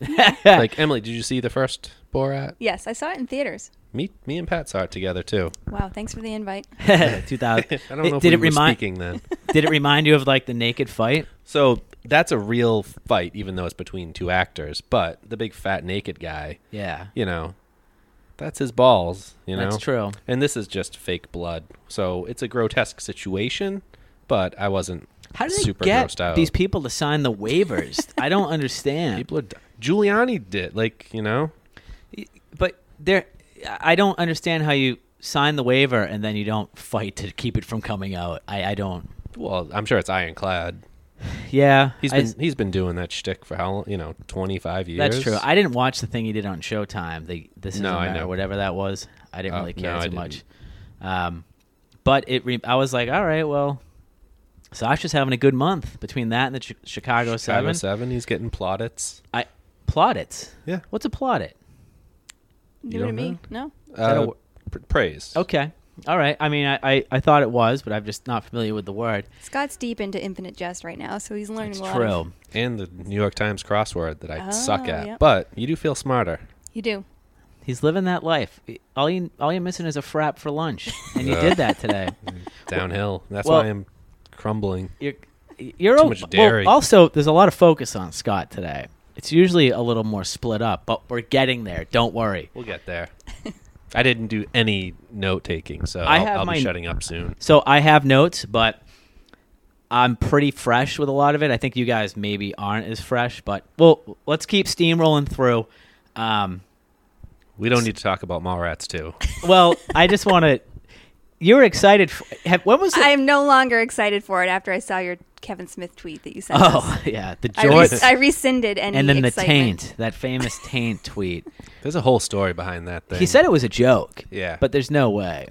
C: like Emily, did you see the first Borat?
D: Yes, I saw it in theaters.
C: Me, me and Pat saw it together too.
D: Wow, thanks for the invite.
A: 2000.
C: I don't know
A: did
C: if we
A: Uh, it
C: were
A: remind
C: speaking then.
A: did it remind you of like the naked fight?
C: so that's a real fight, even though it's between two actors. But the big fat naked guy,
A: Yeah.
C: you know, that's his balls. You know,
A: That's true.
C: And this is just fake blood, so it's a grotesque situation. But I wasn't.
A: How do they
C: super
A: get
C: grossed out.
A: these people to sign the waivers? I don't understand.
C: People are d- Giuliani did like you know.
A: But there, I don't understand how you sign the waiver and then you don't fight to keep it from coming out. I, I don't.
C: Well, I'm sure it's ironclad.
A: Yeah,
C: He's
A: I-
C: been he's been doing that shtick for how long? You know, 25 years.
A: that's true. I didn't watch the thing he did on Showtime. The this is
C: No, I
A: or
C: know.
A: whatever that was. I didn't
C: Oh,
A: really care
C: no, I
A: too much. Um, but it, re- I was like, all right, well, Sasha's having a good month between that and the Chi- Chicago, Seven.
C: Seven. seven. He's getting plaudits.
A: I plaudits.
C: Yeah.
A: What's a plaudit?
D: New to
C: don't
D: me? No?
A: that a
C: Uh,
A: wo-
C: pr- praise.
A: Okay. All right. I mean, I, I, I thought it was, but I'm just not familiar with the word.
D: Scott's deep into Infinite Jest right now, so he's learning
A: It's
D: a lot. of-
A: true.
C: And the New York Times crossword that I suck
D: Oh,
C: at.
D: yep.
C: But you do feel smarter.
D: you do.
A: He's living that life. All you all you're missing is a frap for lunch, and you
C: Yeah.
A: did that today.
C: Downhill. That's
A: well-
C: why I'm crumbling.
A: You're you're
C: Too
A: o-
C: much
A: well,
C: dairy.
A: also, there's a lot of focus on Scott today. It's usually a little more split up, but we're getting there. Don't worry.
C: We'll get there. I didn't do any note taking, so
A: I
C: I will
A: have
C: I'll
A: my-
C: be shutting up soon.
A: So I have notes, but I'm pretty fresh with a lot of it. I think you guys maybe aren't as fresh, but well, let's keep steamrolling through. Um,
C: We don't need to talk about Mallrats too.
A: Well, I just want to. You were excited. For, have, when was it?
D: I am no longer excited for it after I saw your Kevin Smith tweet that you sent. us.
A: oh yeah, the
D: I,
A: Jordan,
D: res- I rescinded any
A: and then the
D: excitement.
A: taint, that famous taint tweet.
C: There's a whole story behind that thing.
A: He said it was a joke.
C: Yeah.
A: but there's no way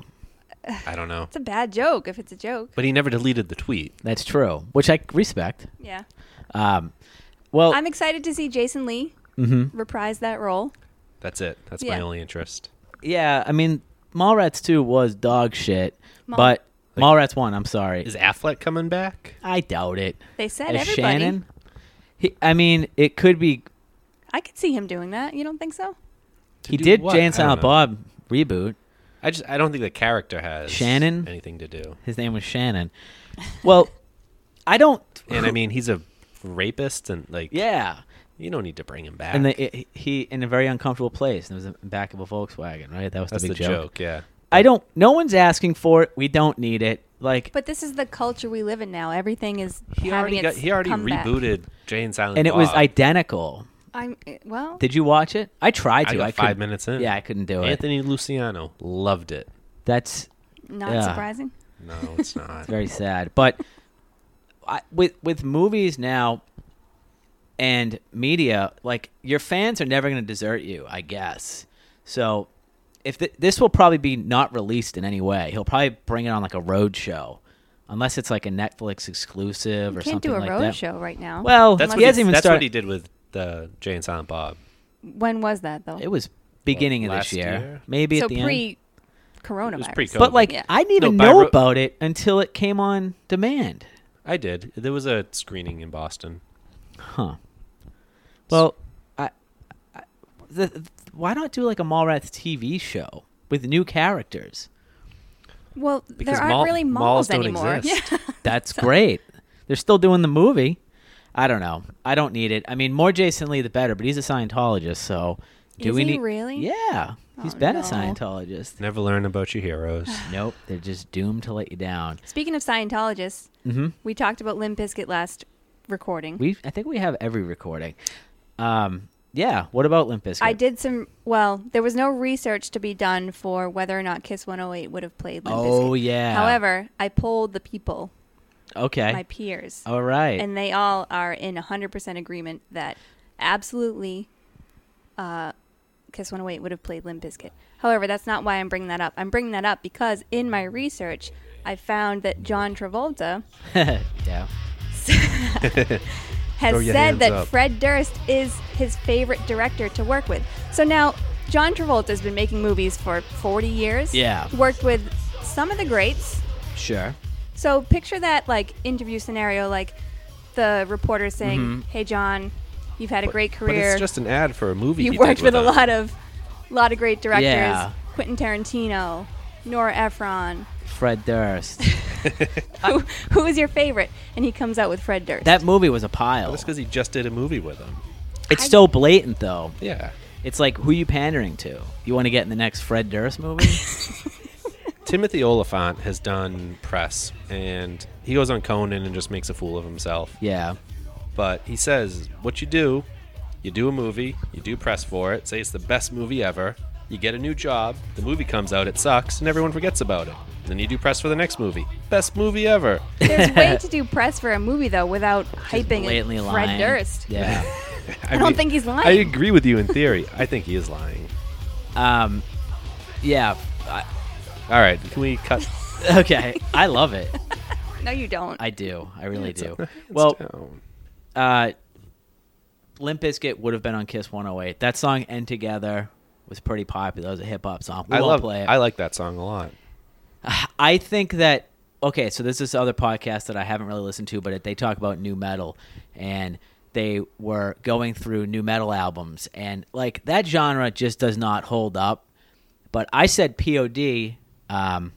C: I don't know.
D: It's a bad joke if it's a joke.
C: But he never deleted the tweet.
A: that's true, which I respect.
D: Yeah.
A: Um, well, mm-hmm.
D: I'm excited to see Jason Lee reprise that role.
C: That's it. That's my
D: Yeah.
C: only interest.
A: yeah, I mean, Mallrats two was dog shit,
D: Mall-
A: but Mallrats one, I'm sorry,
C: Is Affleck coming back?
A: I doubt it.
D: They said
A: As
D: everybody.
A: Shannon, he, I mean, it could be.
D: I could see him doing that. You don't think so?
A: He
C: do
A: did
C: what?
A: Jane
C: I
A: Silent
C: don't know.
A: Bob reboot.
C: I just I don't think the character has
A: Shannon?
C: anything to do.
A: His name was Shannon. Well, I don't.
C: And I mean, he's a rapist, and like,
A: Yeah.
C: you don't need to bring him back.
A: And the, it, he in a very uncomfortable place. And it was in the back of a Volkswagen, right? That was
C: that's
A: the
C: the
A: big
C: joke. Yeah,
A: I don't. No one's asking for it. We don't need it. Like,
D: But this is the culture we live in now. Everything is
C: he
D: having
C: already got,
D: its
C: he already
D: comeback.
C: rebooted Jane Silent
A: and it was
C: Bob.
A: identical.
D: I'm eh, well.
A: Did you watch it? I tried to.
C: I got
A: couldn't-
C: five minutes in.
A: Yeah, I couldn't do it.
C: Anthony Luciano loved it.
A: That's
D: not
A: yeah.
D: surprising.
C: No, it's not.
A: very sad. But I, with with movies now and media, like your fans are never going to desert you, I guess. So if th- this will probably be not released in any way, he'll probably bring it on like a road show, unless it's like a Netflix exclusive or
D: Can't
A: something
D: do a
A: like
D: road
A: that.
D: show right now.
A: Well,
C: that's
D: Unless
A: he
C: what
A: hasn't
C: he,
A: even
C: that's what
A: started.
C: he did with the Jane Silent Bob.
D: when was that though?
A: It was beginning of this
C: Last
A: year,
C: year?
A: maybe
D: so
A: at the end.
D: pre coronavirus.
C: pre-COVID.
A: But like,
D: Yeah.
A: I didn't even
C: No, by
A: know
C: ro-
A: about it until it came on demand.
C: I did. There was a screening in Boston.
A: Huh. Well, I, I the, why not do like a Mallrats TV show? with new characters.
D: Well,
C: Because
D: there aren't
C: mall-
D: really
C: malls
D: malls,
C: don't
D: anymore.
C: exist.
D: Yeah.
A: That's great. They're still doing the movie. I don't know. I don't need it. I mean, more Jason Lee the better, but he's a Scientologist, so do
D: Is
A: we
D: he
A: need
D: really?
A: Yeah. he's
D: Oh,
A: been a
D: no.
A: Scientologist.
C: Never learn about your heroes.
A: Nope, they're just doomed to let you down.
D: Speaking of Scientologists,
A: Mhm.
D: we talked about Limp Bizkit last recording.
A: We I think we have every recording. Um, yeah, what about Limp Bizkit?
D: I did some. Well, there was no research to be done for whether or not Kiss 108 would have played Limp
A: Oh,
D: Bizkit.
A: yeah.
D: However, I polled the people,
A: Okay.
D: my peers,
A: All right.
D: and they all are in 100% agreement that absolutely uh, Kiss 108 would have played Limp Bizkit. However, that's not why I'm bringing that up. I'm bringing that up because in my research, I found that John Travolta
A: yeah.
C: Throw
D: has
C: your hands
D: said that
C: up.
D: Fred Durst is his favorite director to work with. So now, John Travolta's been making movies for 40 years.
A: Yeah.
D: Worked with some of the greats.
A: Sure.
D: So picture that like interview scenario, like the reporter saying,
A: Mm-hmm.
D: "Hey, John, you've had a great
C: But
D: career.
C: it's just an ad for a movie.
D: You've
C: he
D: worked
C: did
D: with a
C: them.
D: lot of, lot of great directors:
A: Yeah.
D: Quentin Tarantino, Nora Ephron.
A: Fred Durst.
D: who, who is your favorite?" And he comes out with Fred Durst.
A: that movie was a pile.
C: That's because he just did a movie with him.
A: It's so blatant though.
C: Yeah.
A: It's like who you pandering to? You want to get in the next Fred Durst movie?
C: Timothy Oliphant has done press, and he goes on Conan and just makes a fool of himself.
A: yeah.
C: But he says, what you do, you do a movie, you do press for it, say it's the best movie ever, you get a new job, the movie comes out, it sucks, and everyone forgets about it. Then you do press for the next movie. Best movie ever.
D: There's way to do press for a movie though without hyping
A: Blatantly
D: Fred
A: lying.
D: Durst.
A: Yeah.
C: I,
D: don't think he's
C: I
D: lying.
C: agree with you in theory. I think he is lying.
A: um yeah. I,
C: All right, can we cut?
A: okay. I love it.
D: No, you don't.
A: I do. I really do.
C: Hands
A: Well,
C: down.
A: uh Limp Bizkit would have been on Kiss 108. That song End Together was pretty popular. It was a hip hop song. We
C: I
A: won't
C: love.
A: play it.
C: I like that song a lot.
A: I think that okay, so there's this other podcast that I haven't really listened to, but they talk about new metal and they were going through new metal albums and like that genre just does not hold up. But I said POD um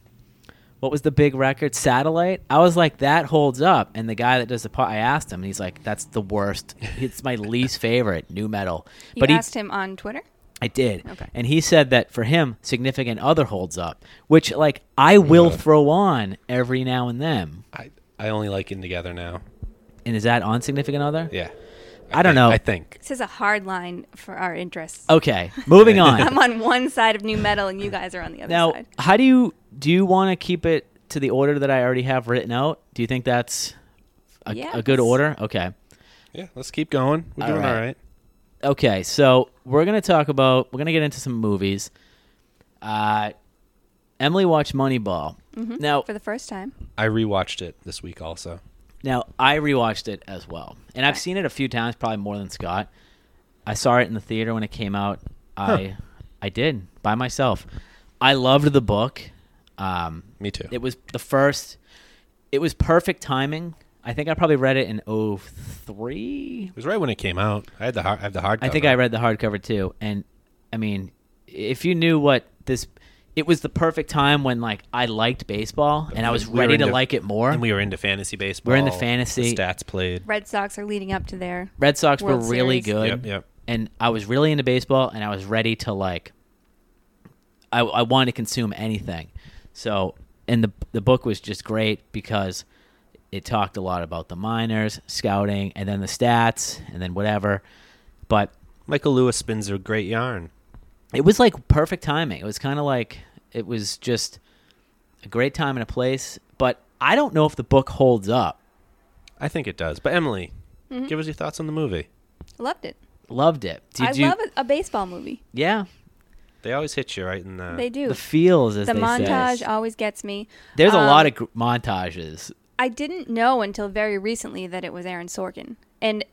A: what was the big record? Satellite. I was like, that holds up. And the guy that does the pot, I asked him, and he's like, that's the worst. It's my least favorite new metal.
D: you
A: but he,
D: asked him on Twitter.
A: I did.
D: Okay.
A: And he said that for him, significant other holds up, which like I will
C: Yeah.
A: throw on every now and then.
C: I I only like In Together now.
A: And is that on significant other?
C: Yeah.
A: I don't know.
C: I think.
D: This is a hard line for our interests.
A: Okay, moving
D: I'm
A: on.
D: on one side of new metal, and you guys are on the other
A: now,
D: side.
A: how do you do? You want to keep it to the order that I already have written out? Do you think that's a,
D: Yeah,
A: a good
D: let's-
A: order? Okay.
C: Yeah, let's keep going. We're
A: All
C: doing all
A: right.
C: right.
A: Okay, so we're gonna talk about we're gonna get into some movies. Uh, Emily watched Moneyball.
D: Mm-hmm.
A: Now,
D: For the first time,
C: I rewatched it this week also.
A: Now I rewatched it as well, and I've seen it a few times, probably more than Scott. I saw it in the theater when it came out. I I did by myself. I loved the book. Um,
C: Me too.
A: it was the first. It was perfect timing. I think I probably read it in oh three.
C: It was right when it came out. I had the hard, I have the hard.
A: I think I read the hardcover too, and I mean, if you knew what this, it was the perfect time when like I liked baseball and I was
C: we were
A: ready to
C: into-
A: like it more.
C: And we were into fantasy baseball.
A: We're into fantasy.
C: The stats played.
D: Red Sox are leading up to their.
A: Red Sox
D: World
A: were really
D: Series.
A: good.
C: Yep, yep.
A: And I was really into baseball, and I was ready to like. I I wanted to consume anything, so and the the book was just great because it talked a lot about the minors, scouting, and then the stats, and then whatever. But
C: Michael Lewis spins a great yarn.
A: it was like perfect timing. It was kind of like it was just a great time and a place. But I don't know if the book holds up.
C: I think it does. But Emily,
D: Mm-hmm.
C: give us your thoughts on the movie.
D: Loved it.
A: Loved it. Did
D: I
A: you?
D: love a, a baseball movie.
A: Yeah,
C: They always hit you right in the.
D: They do.
A: the feels as
D: The
A: they
D: montage
A: say.
D: always gets me.
A: There's a
D: Um,
A: lot of gr- montages.
D: I didn't know until very recently that it was Aaron Sorkin, and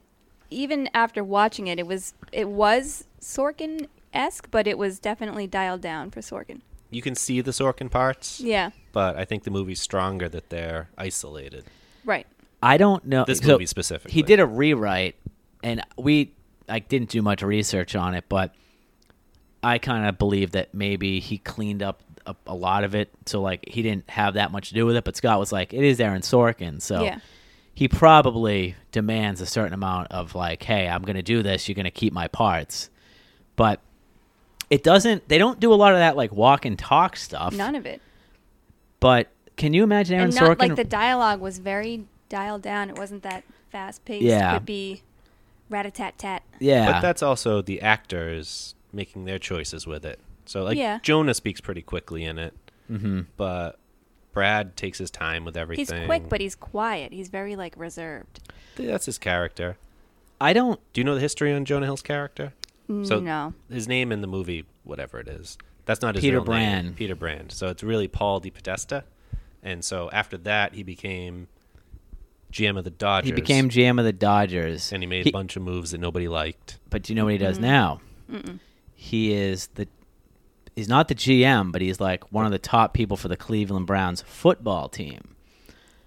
D: even after watching it, it was it was Sorkin esque, but it was definitely dialed down for Sorkin.
C: You can see the Sorkin parts,
D: Yeah,
C: but I think the movie's stronger that they're isolated.
D: right.
A: I don't know
C: This
A: so
C: movie specifically.
A: He did a rewrite, and we I didn't do much research on it, but I kind of believe that maybe he cleaned up a, a lot of it, so like he didn't have that much to do with it. But Scott was like, "It is Aaron Sorkin," so
D: Yeah.
A: he probably demands a certain amount of like, "Hey, I'm going to do this. You're going to keep my parts," but it doesn't. They don't do a lot of that like walk and talk stuff.
D: None of it.
A: But can you imagine Aaron
D: and not
A: Sorkin?
D: like the dialogue was very dialed down. It wasn't that fast paced.
A: Yeah.
D: It could be rat a tat tat.
A: yeah,
C: But that's also the actors making their choices with it. So like
D: Yeah.
C: Jonah speaks pretty quickly in it, mm-hmm. but Brad takes his time with
D: He's
C: everything.
D: quick, but he's quiet. He's very like reserved.
C: that's his character.
A: I don't.
C: Do you know the history on Jonah Hill's character? So
D: no.
C: his name in the movie, whatever it is, that's not his
A: Peter
C: real name,
A: Brand.
C: Peter Brand. So it's really Paul DePodesta. And so after that, he became GM of the Dodgers.
A: He became GM of the Dodgers,
C: and he made a bunch of moves that nobody liked.
A: But do you know what he does now? He is the he's not the GM, but he's like one of the top people for the Cleveland Browns football team.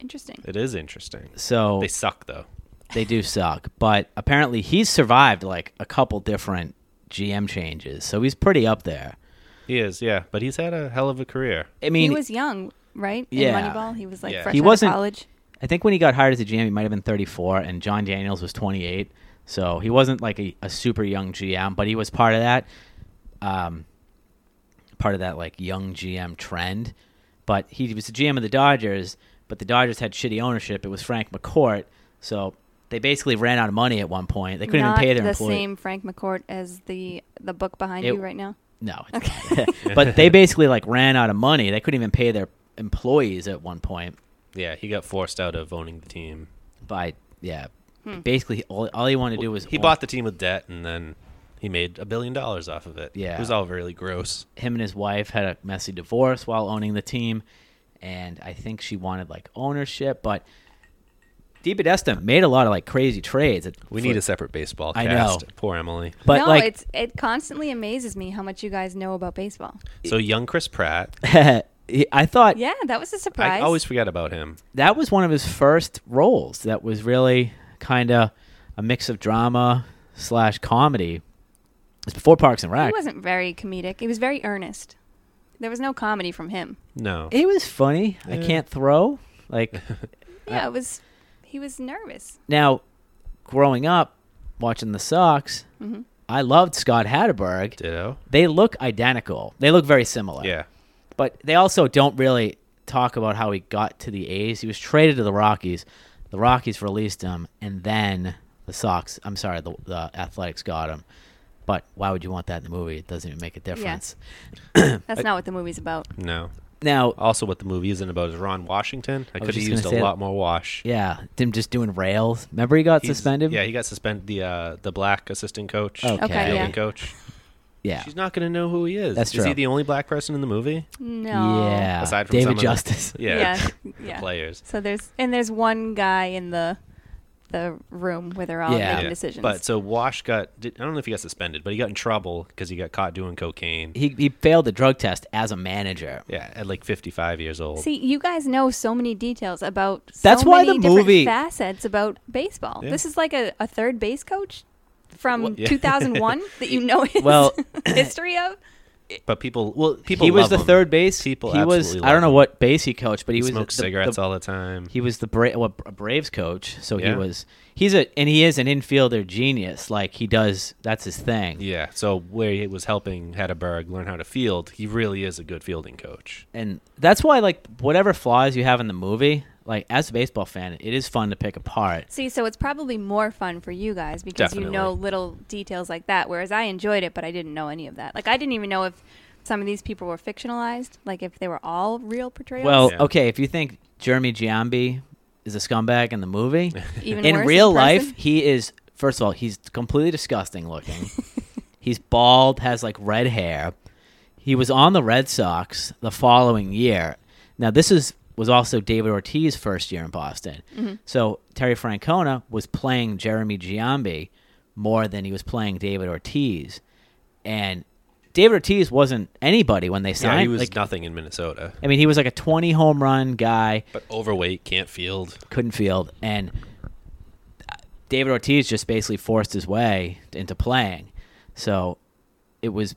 D: Interesting.
C: It is interesting.
A: So
C: They
A: they,
C: suck though.
A: do suck, but apparently he's survived like a couple different GM changes, so he's pretty up there.
C: He is, yeah, but he's had a hell of a career.
A: I mean,
D: he was young, right?
A: Yeah.
D: In Moneyball, he was like
C: Yeah.
D: fresh
C: He
D: out
A: wasn't-
D: of college.
A: I think when he got hired as a GM, he might have been 34, and John Daniels was 28. So he wasn't like a, a super young GM, but he was part of that, um, part of that like young GM trend. But he was the GM of the Dodgers, but the Dodgers had shitty ownership. It was Frank McCourt, so they basically ran out of money at one point. They couldn't
D: Not
A: even pay their
D: the
A: employees.
D: same Frank McCourt as the the book behind
A: It-
D: you right now.
A: No, it's not. but they basically like ran out of money. They couldn't even pay their employees at one point.
C: Yeah, he got forced out of owning the team.
A: By yeah,
D: Hmm.
A: basically all, all he wanted to do was
C: He
A: own-
C: bought the team with debt, and then he made a billion dollars off of it.
A: Yeah.
C: it was all really gross.
A: him and his wife had a messy divorce while owning the team, and I think she wanted like ownership. But Di Podesta made a lot of like crazy trades. It-
C: We
A: for-
C: need a separate baseball
A: I
C: cast.
A: know.
C: Poor Emily.
A: but
D: no,
A: like
D: it's it constantly amazes me how much you guys know about baseball.
C: So young Chris Pratt.
A: he- I thought
D: Yeah, that was a
C: I
D: surprise.
C: always forget about him.
A: that was one of his first roles. That was really kind of a mix of drama slash comedy. It's before Parks and
D: he
A: Rec.
D: wasn't very comedic. He was very earnest. There was no comedy from him.
C: No,
A: He was funny. I
C: Yeah.
A: can't throw like.
D: Yeah, it was. He was nervous.
A: Now, growing up, watching the Sox,
D: Mm-hmm.
A: I loved Scott Hatterberg.
C: ditto.
A: They look identical. They look very similar.
C: Yeah,
A: But they also don't really talk about how he got to the A's. He was traded to the Rockies. The Rockies released him, and then the Sox, I'm sorry, the, the Athletics got him. But why would you want that in the movie? It doesn't even make a difference.
D: That's not what the movie's about.
C: no.
A: Now,
C: Also, what the movie isn't about is Ron Washington. I,
A: was
C: could have
A: just
C: used a
A: gonna say
C: lot more wash.
A: yeah, them just doing rails. Remember he got
C: He's-
A: suspended?
C: Yeah, he got suspended. The uh, the black assistant coach,
A: Okay. Okay,
C: fielding
D: yeah.
C: coach.
A: Yeah.
C: She's not going to know who he is.
A: That's
C: Is he
A: true.
C: the only black person in the movie?
D: No.
A: Yeah.
C: Aside from some
A: David
C: of the-
A: Justice.
C: Yeah,
D: Yeah.
C: the
D: yeah.
C: players.
D: So there's and there's one guy in the the room where they're all
A: Yeah.
D: making
A: Yeah.
D: decisions.
C: But so Wash got, did, I don't know if he got suspended, but he got in trouble because he got caught doing cocaine.
A: he, he failed the drug test as a manager.
C: yeah, at like 55 years old.
D: See, you guys know so many details about so
A: That's why
D: many
A: the
D: different
A: movie-
D: facets about baseball.
C: Yeah.
D: This is like a, a third base coach from
C: Well, yeah.
D: 2001 that you know his
A: Well-
D: history of.
C: but people, well, people
A: he was
C: love
A: the
C: him.
A: third base.
C: People
A: he was.
C: absolutely
A: I don't
C: love
A: know
C: him.
A: what base he coached, but he,
C: He,
A: was
C: smoked
A: the- the-
C: cigarettes
A: the-
C: all the time.
A: he was the Bra- well, a Braves coach, so he
C: Yeah.
A: was. He's a and he is an infielder genius. Like he does. That's his thing.
C: yeah, so where he was helping Hatterberg learn how to field, he really is a good fielding coach.
A: And that's why, like, whatever flaws you have in the movie, like as a baseball fan, it is fun to pick apart.
D: See, so it's probably more fun for you guys because
C: Definitely.
D: you know little details like that, whereas I enjoyed it, but I didn't know any of that. Like, I didn't even know if some of these people were fictionalized, like if they were all real portrayals.
A: Well,
C: Yeah.
A: okay, if you think Jeremy Giambi is a scumbag in the movie,
D: even
A: in
D: worse
A: real
D: person.
A: life, he is. First of all, he's completely disgusting looking. he's bald, has like red hair. He was on the Red Sox the following year. Now this is was also David Ortiz's first year in Boston.
D: Mm-hmm.
A: So Terry Francona was playing Jeremy Giambi more than he was playing David Ortiz, and David Ortiz wasn't anybody when they signed.
C: Yeah, he was
A: like,
C: nothing in Minnesota.
A: I mean, he was like a twenty home run guy
C: But overweight, can't field.
A: couldn't field, and David Ortiz just basically forced his way into playing. So it was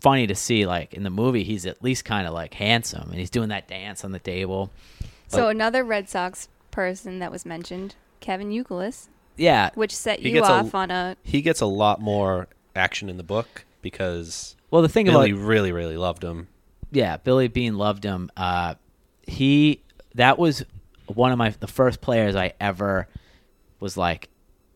A: funny to see. Like in the movie, he's at least kind of like handsome, and he's doing that dance on the table. Oh.
D: So another Red Sox person that was mentioned, Kevin Euclid,
A: Yeah,
D: which set
C: He
D: you
C: gets a-
D: off on a
C: He gets a lot more action in the book because
A: well, the thing
C: Billy
A: about
C: really, really loved him.
A: yeah, Billy Bean loved him. Uh, he that was one of my the first players I ever was like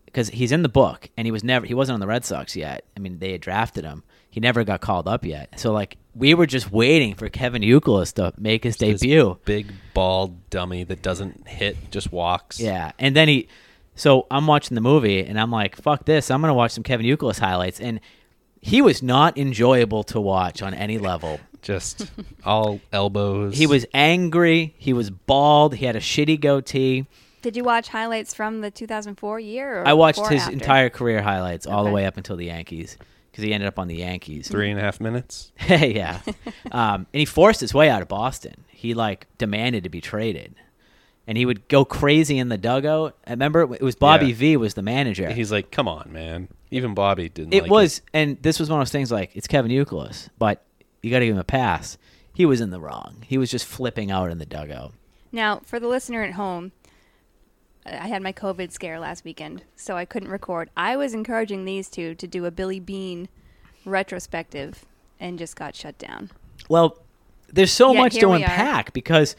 A: because he's in the book and he was never he wasn't on the Red Sox yet. I mean, they had drafted him. He never got called up yet. So like we were just waiting for Kevin Euclid to make his
C: This
A: debut.
C: big bald dummy that doesn't hit, just walks.
A: Yeah, and then he. So I'm watching the movie, and I'm like, "Fuck this! I'm gonna watch some Kevin Youkilis highlights." And he was not enjoyable to watch on any level.
C: just all elbows.
A: He was angry. He was bald. He had a shitty goatee.
D: Did you watch highlights from the 2004 year? Or
A: I watched
D: before
A: his
D: after?
A: entire career highlights all the
D: Okay.
A: way up until the Yankees because he ended up on the Yankees.
C: three and a half minutes.
A: yeah. Um, and he forced his way out of Boston. He like demanded to be traded. And he would go crazy in the dugout. I remember it was Bobby
C: Yeah.
A: V was the manager.
C: He's like, come on, man. Even Bobby didn't.
A: it
C: like
A: was, and this was one of those things like it's Kevin Euclid, but you got to give him a pass. He was in the wrong. He was just flipping out in the dugout.
D: Now, for the listener at home, I I had my COVID scare last weekend, so I couldn't record. I was encouraging these two to do a Billy Bean retrospective and just got shut down.
A: Well, there's so
D: Yet
A: much
D: here
A: to
D: we are.
A: unpack because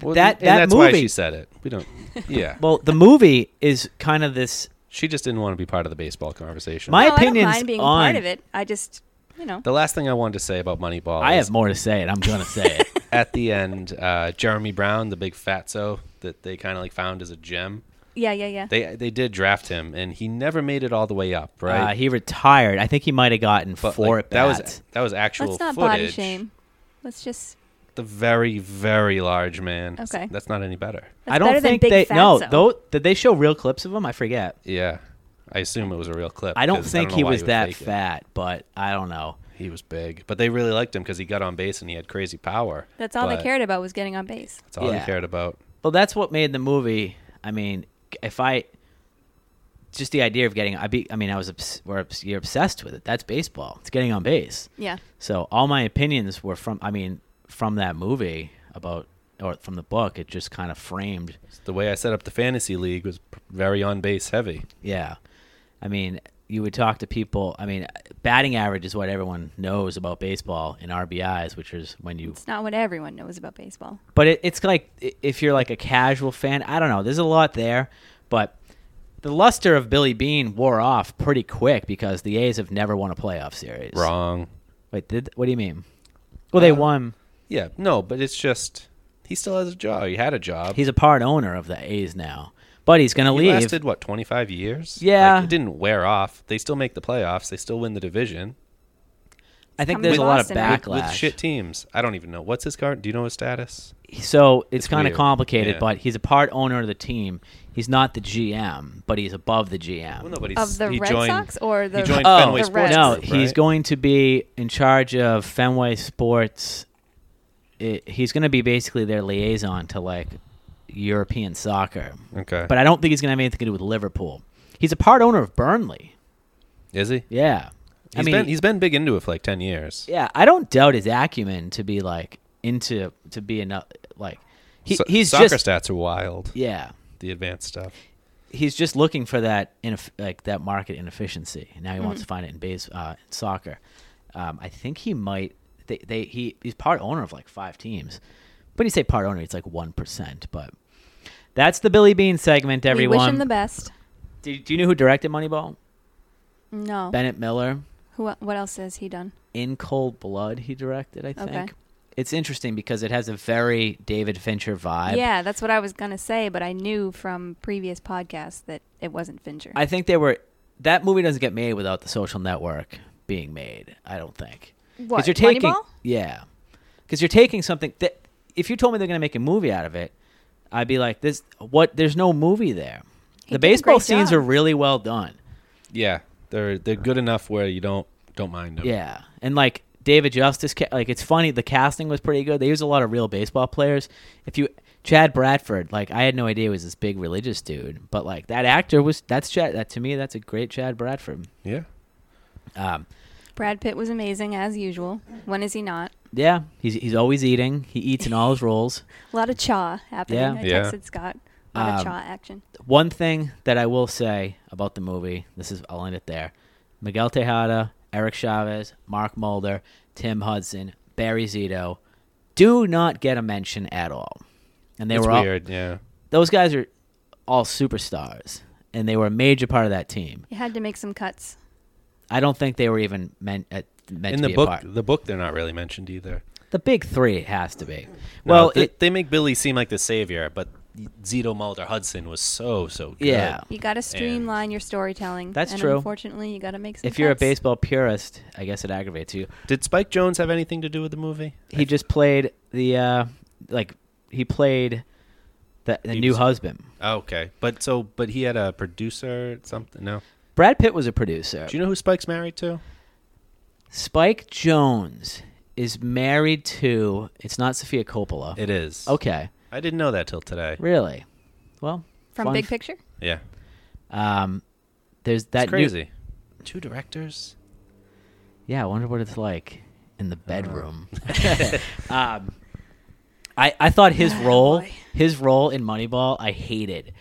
C: Well,
A: that-
C: and
A: that
C: that's why
A: movie-
C: she said it. We don't. Yeah. well,
A: well, the movie is kind of this.
C: she just didn't want to be part of the baseball conversation.
A: My
D: no, I don't
A: opinion's
D: mind being
A: on-
D: part of it. I just, you know,
C: the last thing I wanted to say about Moneyball.
A: I
C: is
A: have more to say, and I'm gonna say it.
C: at the end. Uh, Jeremy Brown, the big fatso that they kind of like found as a gem.
D: yeah, yeah, yeah.
C: They they did draft him, and he never made it all the way up. Right.
A: uh, he retired. I think he might have gotten
C: But,
A: four
C: like,
A: at
C: that
A: bats.
C: was that was actual
D: Let's not
C: footage.
D: body shame. Let's just.
C: The very very large man. That's-
D: Okay.
C: That's not any better.
D: That's
A: I don't
D: better than
A: think
D: Big
A: they. No,
D: Fatso.
A: though. Did they show real clips of him? I forget.
C: Yeah. I assume it was a real clip.
A: I don't
C: 'cause
A: think
C: know
A: he
C: why
A: was
C: would
A: that
C: fake it.
A: fat, but I don't know.
C: He was big, but they really liked him because he got on base and he had crazy power.
D: That's all
C: but
D: they cared about was getting on base.
C: That's all they
A: Yeah.
C: cared about.
A: Well, that's what made the movie. I mean, if I just the idea of getting, I be, I mean, I was obs- we're, obs- you're obsessed with it. That's baseball. It's getting on base.
D: Yeah.
A: So all my opinions were from, I mean, from that movie about or from the book. It just kind of framed.
C: The way I set up the fantasy league was p- very on base heavy.
A: Yeah. I mean, you would talk to people. I mean, batting average is what everyone knows about baseball and RBIs, which is when you
D: It's not what everyone knows about baseball.
A: but it, it's like i- if you're like a casual fan, I don't know. There's a lot there, but the luster of Billy Bean wore off pretty quick because the A's have never won a playoff series.
C: Wrong. Uh,
A: Wait, did, what do you mean? Well, they won.
C: Yeah, no, but it's just he still has a job. He had a job.
A: He's a part owner of the A's now, but he's going to
C: he
A: leave.
C: lasted what twenty five years.
A: Yeah.
C: Like, it didn't wear off. They still make the playoffs. They still win the division
A: I think
D: Coming
A: there's
D: to
A: a lot of
D: Boston, right?
A: backlash.
C: with shit teams. I don't even know what's his card. Do you know his status?
A: So it's,
C: It's
A: kind of
C: weird.
A: complicated,
C: Yeah.
A: but he's a part owner of the team. He's not the GM, but he's above the GM.
C: Well, no, but
D: Of
C: he's,
D: the
C: he
D: Red
C: joined,
D: Sox or the
C: he joined
A: Oh,
C: Fenway
D: the
C: Sports
D: Reds?
A: No,
C: Group,
A: he's
C: right?
A: going to be in charge of Fenway Sports. I he's going to be basically their liaison to like European soccer.
C: Okay,
A: But I don't think he's going to have anything to do with Liverpool. He's a part owner of Burnley.
C: is he?
A: Yeah. I
C: He's
A: mean,
C: been he's been big into it for like ten years.
A: yeah, I don't doubt his acumen to be like into to be enough like he,
C: So-
A: he's
C: soccer
A: just
C: stats are wild.
A: yeah.
C: The advanced stuff.
A: He's just looking for that ineff- like that market inefficiency. Now he
D: Mm-hmm.
A: wants to find it in base uh, in soccer. Um, I think he might. They, they he he's part owner of like five teams. When you say part owner, it's like one percent. But that's the Billy Bean segment.
D: We wish him
A: Everyone,
D: the best.
A: do, do you know who directed Moneyball?
D: No.
A: Bennett Miller.
D: Who? What else has he done?
A: In Cold Blood, he directed. I think.
D: Okay.
A: It's interesting because it has a very David Fincher vibe.
D: yeah, that's what I was gonna say, but I knew from previous podcasts that it wasn't Fincher.
A: I think they were. That movie doesn't get made without the Social Network being made. I don't think. 'Cause
D: What,
A: you're taking,
D: Moneyball?
A: yeah, because you're taking something that if you told me they're going to make a movie out of it, I'd be like, "This what? There's no movie there.
D: He
A: the
D: did a
A: baseball
D: great
A: scenes
D: job.
A: are really well done.
C: Yeah, they're they're good enough where you don't don't mind them.
A: Yeah, and like David Justice, ca- like it's funny. The casting was pretty good. They used a lot of real baseball players. If you Chad Bradford, like I had no idea he was this big religious dude, but like that actor was that's Chad. That to me, that's a great Chad Bradford.
C: yeah.
A: Um,
D: Brad Pitt was amazing as usual. When is he not?
A: Yeah, he's he's always eating. He eats in all his roles.
D: A lot of chaw happening.
A: Yeah.
D: I
C: Yeah.
D: texted Scott. A lot
A: Um,
D: of chaw action.
A: One thing that I will say about the movie, this is I'll end it there. Miguel Tejada, Eric Chavez, Mark Mulder, Tim Hudson, Barry Zito do not get a mention at all. And they
C: it's
A: were all
C: weird. Yeah.
A: those guys are all superstars and they were a major part of that team.
D: You had to make some cuts.
A: I don't think they were even meant uh, meant
C: In
A: to
C: the
A: be
C: book,
A: a part.
C: the book, they're not really mentioned either.
A: The big 3 has to be.
C: No,
A: well,
C: th-
A: it
C: they make Billy seem like the savior, but Zito Mulder Hudson was so so good.
A: yeah.
D: You got to streamline your storytelling.
A: That's
D: and
A: true.
D: Unfortunately, you got to make some.
A: If you're a
D: cuts.
A: baseball purist, I guess it aggravates you.
C: Did Spike Jones have anything to do with the movie?
A: he just played the uh like he played the, the
C: He
A: new
C: was-
A: husband.
C: Oh, okay, but so but he had a producer something. No,
A: Brad Pitt was a producer.
C: do you know who Spike's married to?
A: uh, Spike Jones is married to it's not Sophia Coppola.
C: It is.
A: okay,
C: I didn't know that till today.
A: really? Well,
D: from
A: fun
D: Big
A: f-
D: Picture,
C: Yeah,
A: um, there's that
C: it's
A: new-
C: crazy. Two directors.
A: yeah, I wonder what it's like in the
C: Uh,
A: bedroom. um, I I thought his role
D: Ah, boy.
A: his role in Moneyball I hated.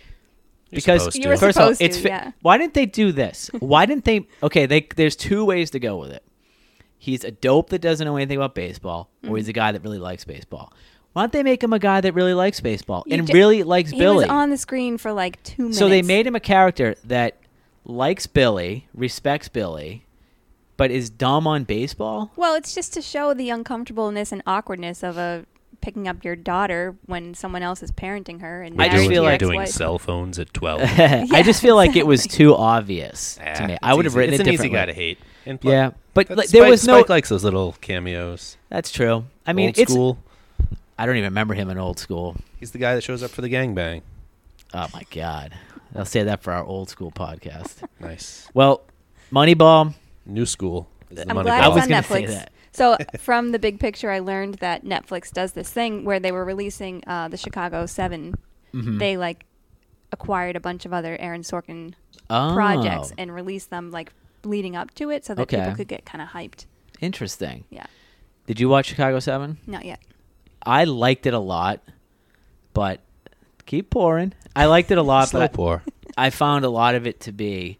C: You're
A: because
C: supposed
D: You were
C: to.
D: supposed
A: first of all,
D: to,
A: it's fi-
D: yeah.
A: why didn't they do this? Why didn't they? Okay, they, there's two ways to go with it. He's a dope that doesn't know anything about baseball, or
D: Mm-hmm.
A: he's a guy that really likes baseball. Why don't they make him a guy that really likes baseball
D: You
A: and
D: ju-
A: really likes
D: he
A: Billy?
D: was on the screen for like two minutes.
A: so they made him a character that likes Billy, respects Billy, but is dumb on baseball.
D: Well, it's just to show the uncomfortableness and awkwardness of a picking up your daughter when someone else is parenting her and
A: I
D: married
A: just
D: to
A: feel
D: your
A: like-
D: ex-wife.
C: doing cell phones at twelve. Ah,
A: I just feel like it was too obvious to me. I would have written
C: it's
A: it
C: an easy
A: differently.
C: guy to hate. And
A: Yeah, but,
C: that's
A: like, there
C: Spike-
A: was no-
C: Spike likes those little cameos.
A: That's true. I mean,
C: old
A: it's
C: school.
A: I don't even remember him in old school.
C: He's the guy that shows up for the gangbang.
A: Oh my god. I'll say that for our old school podcast.
C: Nice.
A: Well, Moneyball.
C: New school. is the
D: I'm
C: Moneyball.
D: glad
A: I
D: it's
A: was
D: on
A: gonna
D: Netflix.
A: say that.
D: So from the big picture, I learned that Netflix does this thing where they were releasing uh, the Chicago 7
A: Mm-hmm.
C: Mm-hmm.
D: They like acquired a bunch of other Aaron Sorkin
A: Oh,
D: projects and released them like leading up to it, so that
A: Okay.
D: people could get kind of hyped.
A: Interesting.
D: Yeah,
A: Did you watch Chicago Seven?
D: not yet.
A: I liked it a lot, but keep pouring. I liked it a lot,
C: Slow
A: but I,
C: pour.
A: I found a lot of it to be.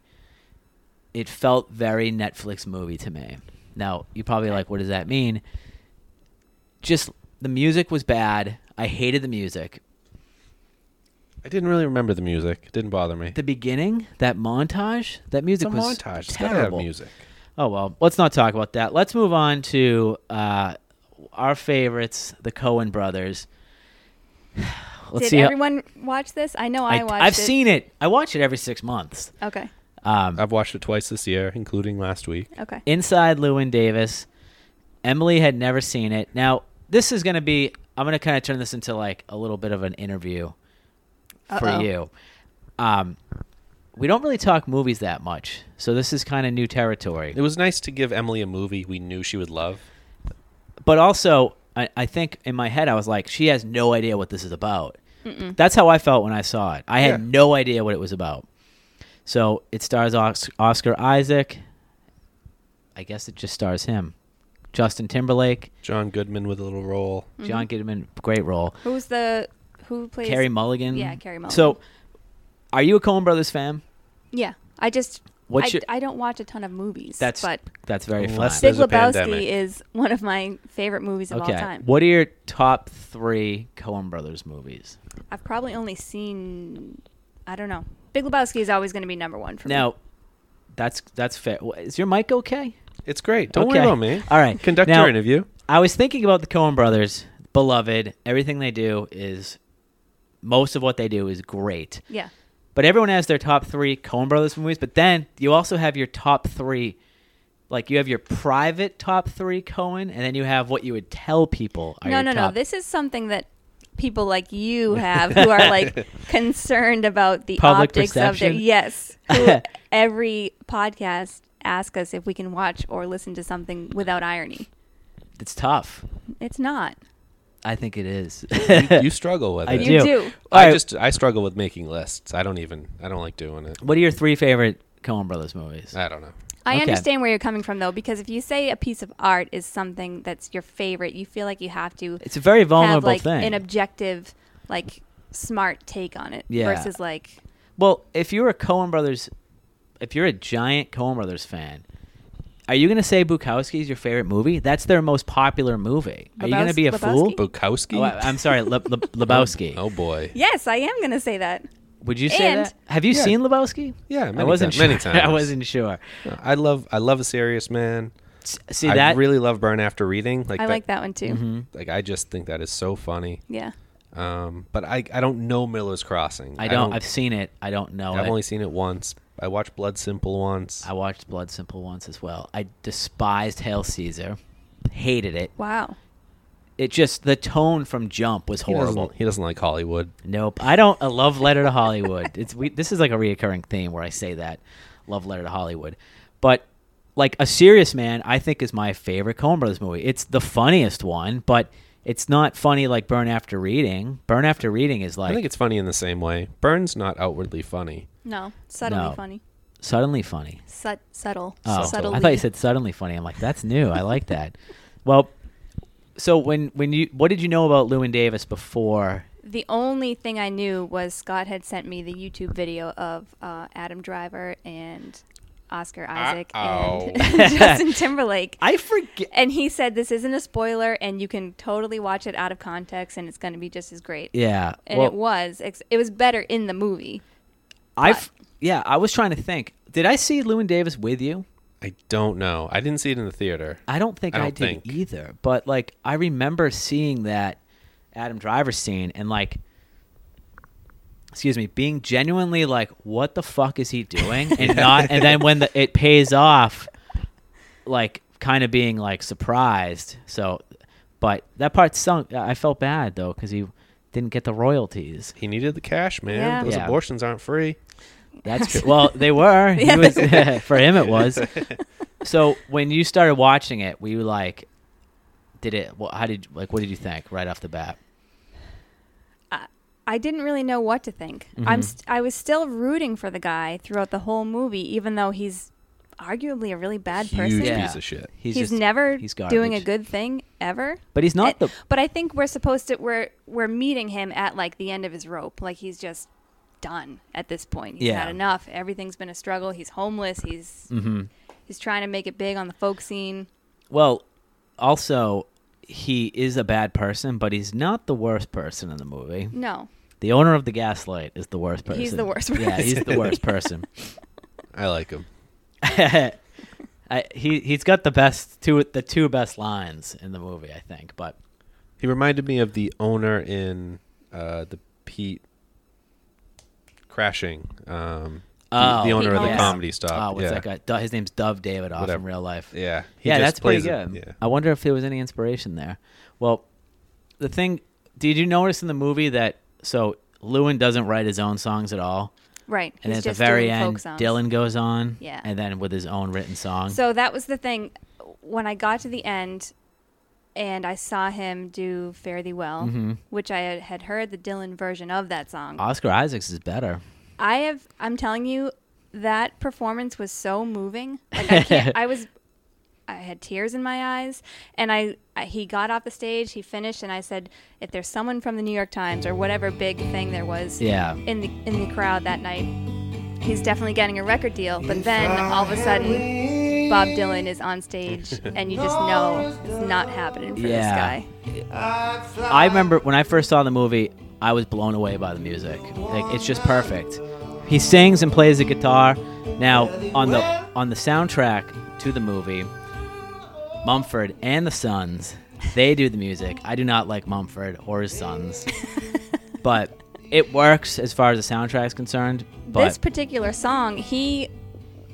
A: It felt very Netflix movie to me. Now you probably like, what does that mean? Just the music was bad. I hated the music.
C: I didn't really remember the music. It didn't bother me.
A: The beginning, that montage, that
C: it's a
A: music was
C: montage. It's gotta
A: terrible.
C: have music.
A: Oh well, let's not talk about that. Let's move on to uh, our favorites, the Cohen brothers. Let's
D: Did
A: see. how-
D: everyone watch this? I know I,
A: I,
D: watched.
A: have
D: it.
A: seen it. I watch it every six months.
D: Okay.
A: Um,
C: I've watched it twice this year, including last week.
D: Okay.
A: Inside Lewin Davis, Emily had never seen it. Now this is going to be. I'm going to kind of turn this into like a little bit of an interview
D: Uh-oh.
A: for you. Um, we don't really talk movies that much, so this is kind of new territory.
C: It was nice to give Emily a movie we knew she would love.
A: but also I, I think in my head I was like, she has no idea what this is about. That's how I felt when I saw it. I had
C: Yeah.
A: no idea what it was about. So it stars Os- Oscar Isaac. I guess it just stars him, Justin Timberlake,
C: John Goodman with a little role.
A: John
D: Mm-hmm.
A: Goodman, great role.
D: Who's the who plays?
A: Carrie Mulligan.
D: Yeah, Carey Mulligan.
A: So, are you a Coen Brothers fan?
D: Yeah, I just.
A: What's
D: I,
A: your-
D: I don't watch a ton of movies.
A: That's
D: but
A: that's very fun.
C: Unless
D: Big
C: There's a
D: Lebowski
C: pandemic.
D: is one of my favorite movies of all time.
A: What are your top three Coen Brothers movies?
D: I've probably only seen, I don't know. Big Lebowski is always going to be number one for me.
A: Now, that's that's fair. Is your mic okay?
C: It's great. Don't worry
A: Okay.
C: about me.
A: All right.
C: Conduct
A: Now-
C: your interview.
A: I was thinking about the Coen brothers, beloved. Everything they do is most of what they do is great.
D: Yeah.
A: But everyone has their top three Coen brothers movies, but then you also have your top three like you have your private top three Cohen, and then you have what you would tell people. Are
D: No,
A: your
D: no, no.
A: top-
D: This is something that people like you have who are like concerned about the
A: Public
D: optics of their
A: perception?
D: yes. Who every podcast asks us if we can watch or listen to something without irony.
A: it's tough.
D: It's not.
A: I think it is.
C: You struggle with
A: I
C: it.
A: do.
D: You do.
A: All
C: I
A: right,
C: just I struggle with making lists. I don't even I don't like doing it. Uh,
A: what are your three favorite Coen brothers movies?
C: I don't know.
D: I
A: Okay.
D: understand where you're coming from though, because if you say a piece of art is something that's your favorite, you feel like you have to
A: It's a very
D: have
A: vulnerable
D: like
A: thing.
D: an objective, like smart take on it
A: Yeah.
D: versus like
A: well, if you're a Coen Brothers, if you're a giant Coen Brothers fan, are you going to say Bukowski is your favorite movie? That's their most popular movie. Are you going to
D: Lebowski-
A: be a fool?
D: Lebowski?
C: Bukowski?
A: Oh, I- I'm sorry, Le- Le- Lebowski.
C: Oh boy.
D: yes, I am gonna say that.
A: Would you say
D: And-
A: that? Have you
C: Yeah.
A: seen Lebowski?
C: Yeah, many
A: I wasn't
C: ti- many
A: sure. I
C: times.
A: wasn't sure.
C: I love I love a serious man.
A: S- See
C: I
A: that?
C: really love Burn After Reading. Like
D: I
C: that,
D: like that one too.
A: Mm-hmm.
C: Like I just think that is so funny.
D: Yeah.
C: Um, but I I don't know Miller's Crossing.
A: I don't. I've seen it. I don't know
C: I've
A: it.
C: only seen it once. I watched Blood Simple once.
A: I watched Blood Simple once as well. I despised Hail Caesar, hated it.
D: Wow.
A: It just the tone from Jump was
C: He doesn't-
A: horrible.
C: He doesn't, like Hollywood.
A: Nope. I don't. A love letter to Hollywood. It's we. This is like a reoccurring theme where I say that, love letter to Hollywood. But like a serious man, I think is my favorite Coen Brothers movie. It's the funniest one, but it's not funny like Burn After Reading. Burn After Reading is
C: I
A: like
C: think it's funny in the same way. Burn's not outwardly funny.
D: No. Subtly
A: No.
D: funny.
A: suddenly funny.
D: Sut- subtle.
A: Oh,
D: Subtly.
A: I thought you said suddenly funny. I'm like, that's new. I like that. Well, so when when you what did you know about Lewin Davis before?
D: The only thing I knew was Scott had sent me the YouTube video of uh, Adam Driver and Oscar Isaac and Justin Timberlake.
A: I forget.
D: And he said, This isn't a spoiler, and you can totally watch it out of context, and it's going to be just as great.
A: Yeah.
D: And
A: well,
D: it was. Ex- It was better in the movie.
A: I f- yeah. I was trying to think. Did I see Lewin Davis with you?
C: I don't know. I didn't see it in the theater.
A: I don't think I,
C: I don't
A: did
C: think.
A: either. But like, I remember seeing that Adam Driver scene and like, excuse me, being genuinely like, "What the fuck is he doing?" and not, and then when the, it pays off, like, kind of being like surprised. So, but that part sunk. I felt bad though because he didn't get the royalties.
C: He needed the cash, man.
D: Yeah.
C: Those
A: Yeah.
C: abortions aren't free.
A: That's true. Well, they were. He was, for him, it was. So when you started watching it, were you like, did it? Well, how did like what did you think right off the bat?
D: I didn't really know what to think.
A: Mm-hmm.
D: I'm st- I was still rooting for the guy throughout the whole movie, even though he's arguably a really bad person.
C: Huge piece of shit.
A: He's,
D: he's
A: just-
D: never
A: he's
D: doing a
A: garbage.
D: good Eh. thing ever.
A: But he's not
D: It-
A: the.
D: But I think we're supposed to we're we're meeting him at like the end of his rope. Like he's just done at this point. He's
A: Yeah. Mm.
D: had enough. Everything's been a struggle. He's homeless. He's
A: mm-hmm.
D: he's trying to make it big on the folk scene.
A: Well, also, he is a bad person, but he's not the worst person in the movie.
D: No.
A: The owner of the gaslight is the worst person.
D: He's the worst
A: Yeah, he's the worst person.
C: I like him.
A: I, he he's got the best two the two best lines in the movie, I think. But
C: He reminded me of the owner in uh, the Pete crashing. Um, the,
A: Oh.
C: the owner
D: Pete
C: of the
D: Holmes.
C: comedy stop.
A: Oh, what's
C: yeah.
A: that guy? Du- his name's Dove Davidoff in
C: Whatever.
A: real life.
C: Yeah. He
A: yeah,
C: just
A: that's pretty
C: plays a-
A: good.
C: yeah.
A: I wonder if there was any inspiration there. Well, the thing, did you notice in the movie that so Lewin doesn't write his own songs at all,
D: Right.
A: and
D: he's
A: then at
D: just
A: the very
D: doing folk
A: end,
D: songs.
A: Dylan goes on,
D: Yeah.
A: and then with his own written song.
D: So that was the thing. When I got to the end and I saw him do Fare Thee Well,
A: Mm-hmm.
D: which I had- had heard the Dylan version of that song.
A: Oscar Isaacs is better.
D: I have. I'm telling you, that performance was so moving. Like I, can't, I was, I had tears in my eyes, and I, I. He got off the stage. He finished, and I said, "If there's someone from the New York Times or whatever big thing there was
A: Yeah.
D: in the in the crowd that night, he's definitely getting a record deal." But then all of a sudden, Bob Dylan is on stage, and you just know it's not happening for this
A: Yeah.
D: guy.
A: I remember when I first saw the movie, I was blown away by the music. Like it's just perfect. He sings and plays the guitar. Now on the on the soundtrack to the movie, Mumford and the Sons, they do the music. I do not like Mumford or his sons, but it works as far as the soundtrack is concerned.
D: this
A: But
D: particular song, he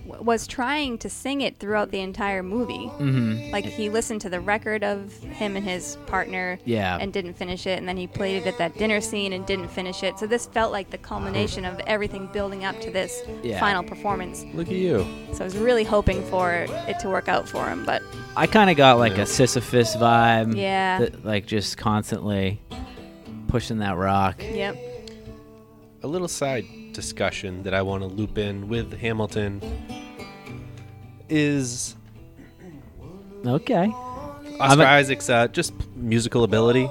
D: w- was trying to sing it throughout the entire movie. Mm-hmm. Like he listened to the record of him and his partner,
A: Yeah.
D: and didn't finish it, and then he played it at that dinner scene and didn't finish it. So this felt like the culmination of everything building up to this
A: Yeah.
D: final performance.
C: Look at you.
D: So I was really hoping for it to work out for him, but
A: I kind of got like a Sisyphus vibe.
D: Yeah.
A: that, like just constantly pushing that rock.
D: yep,
C: a little side discussion that I want to loop in with Hamilton is
A: Okay. I'm
C: Oscar
A: a-
C: Isaac's uh, just musical ability,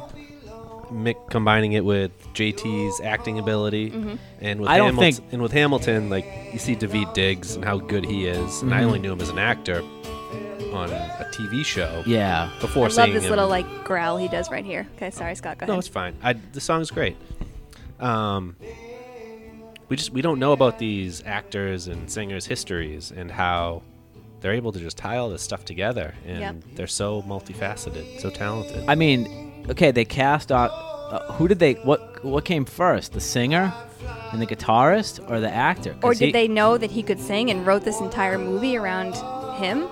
C: mi- combining it with JT's acting ability,
D: Mm-hmm.
C: and with
A: I don't
C: Hamilton,
A: think-
C: and with Hamilton, like you see David Diggs and how good he is, and
A: Mm-hmm.
C: I only knew him as an actor on a, a TV show
A: Yeah.
C: before
D: I
C: seeing
D: love this
C: him.
D: little like growl he does right here. Okay, sorry, Scott. Go
C: no,
D: ahead.
C: it's fine. I, the song's great. Um, we just we don't know about these actors and singers' histories and how they're able to just tie all this stuff together, and
D: Yep.
C: they're so multifaceted, so talented.
A: I mean, okay, they cast out. Uh, who did they? What What came first? The singer and the guitarist, or the actor? 'Cause
D: Or did
A: he-
D: they know that he could sing and wrote this entire movie around him?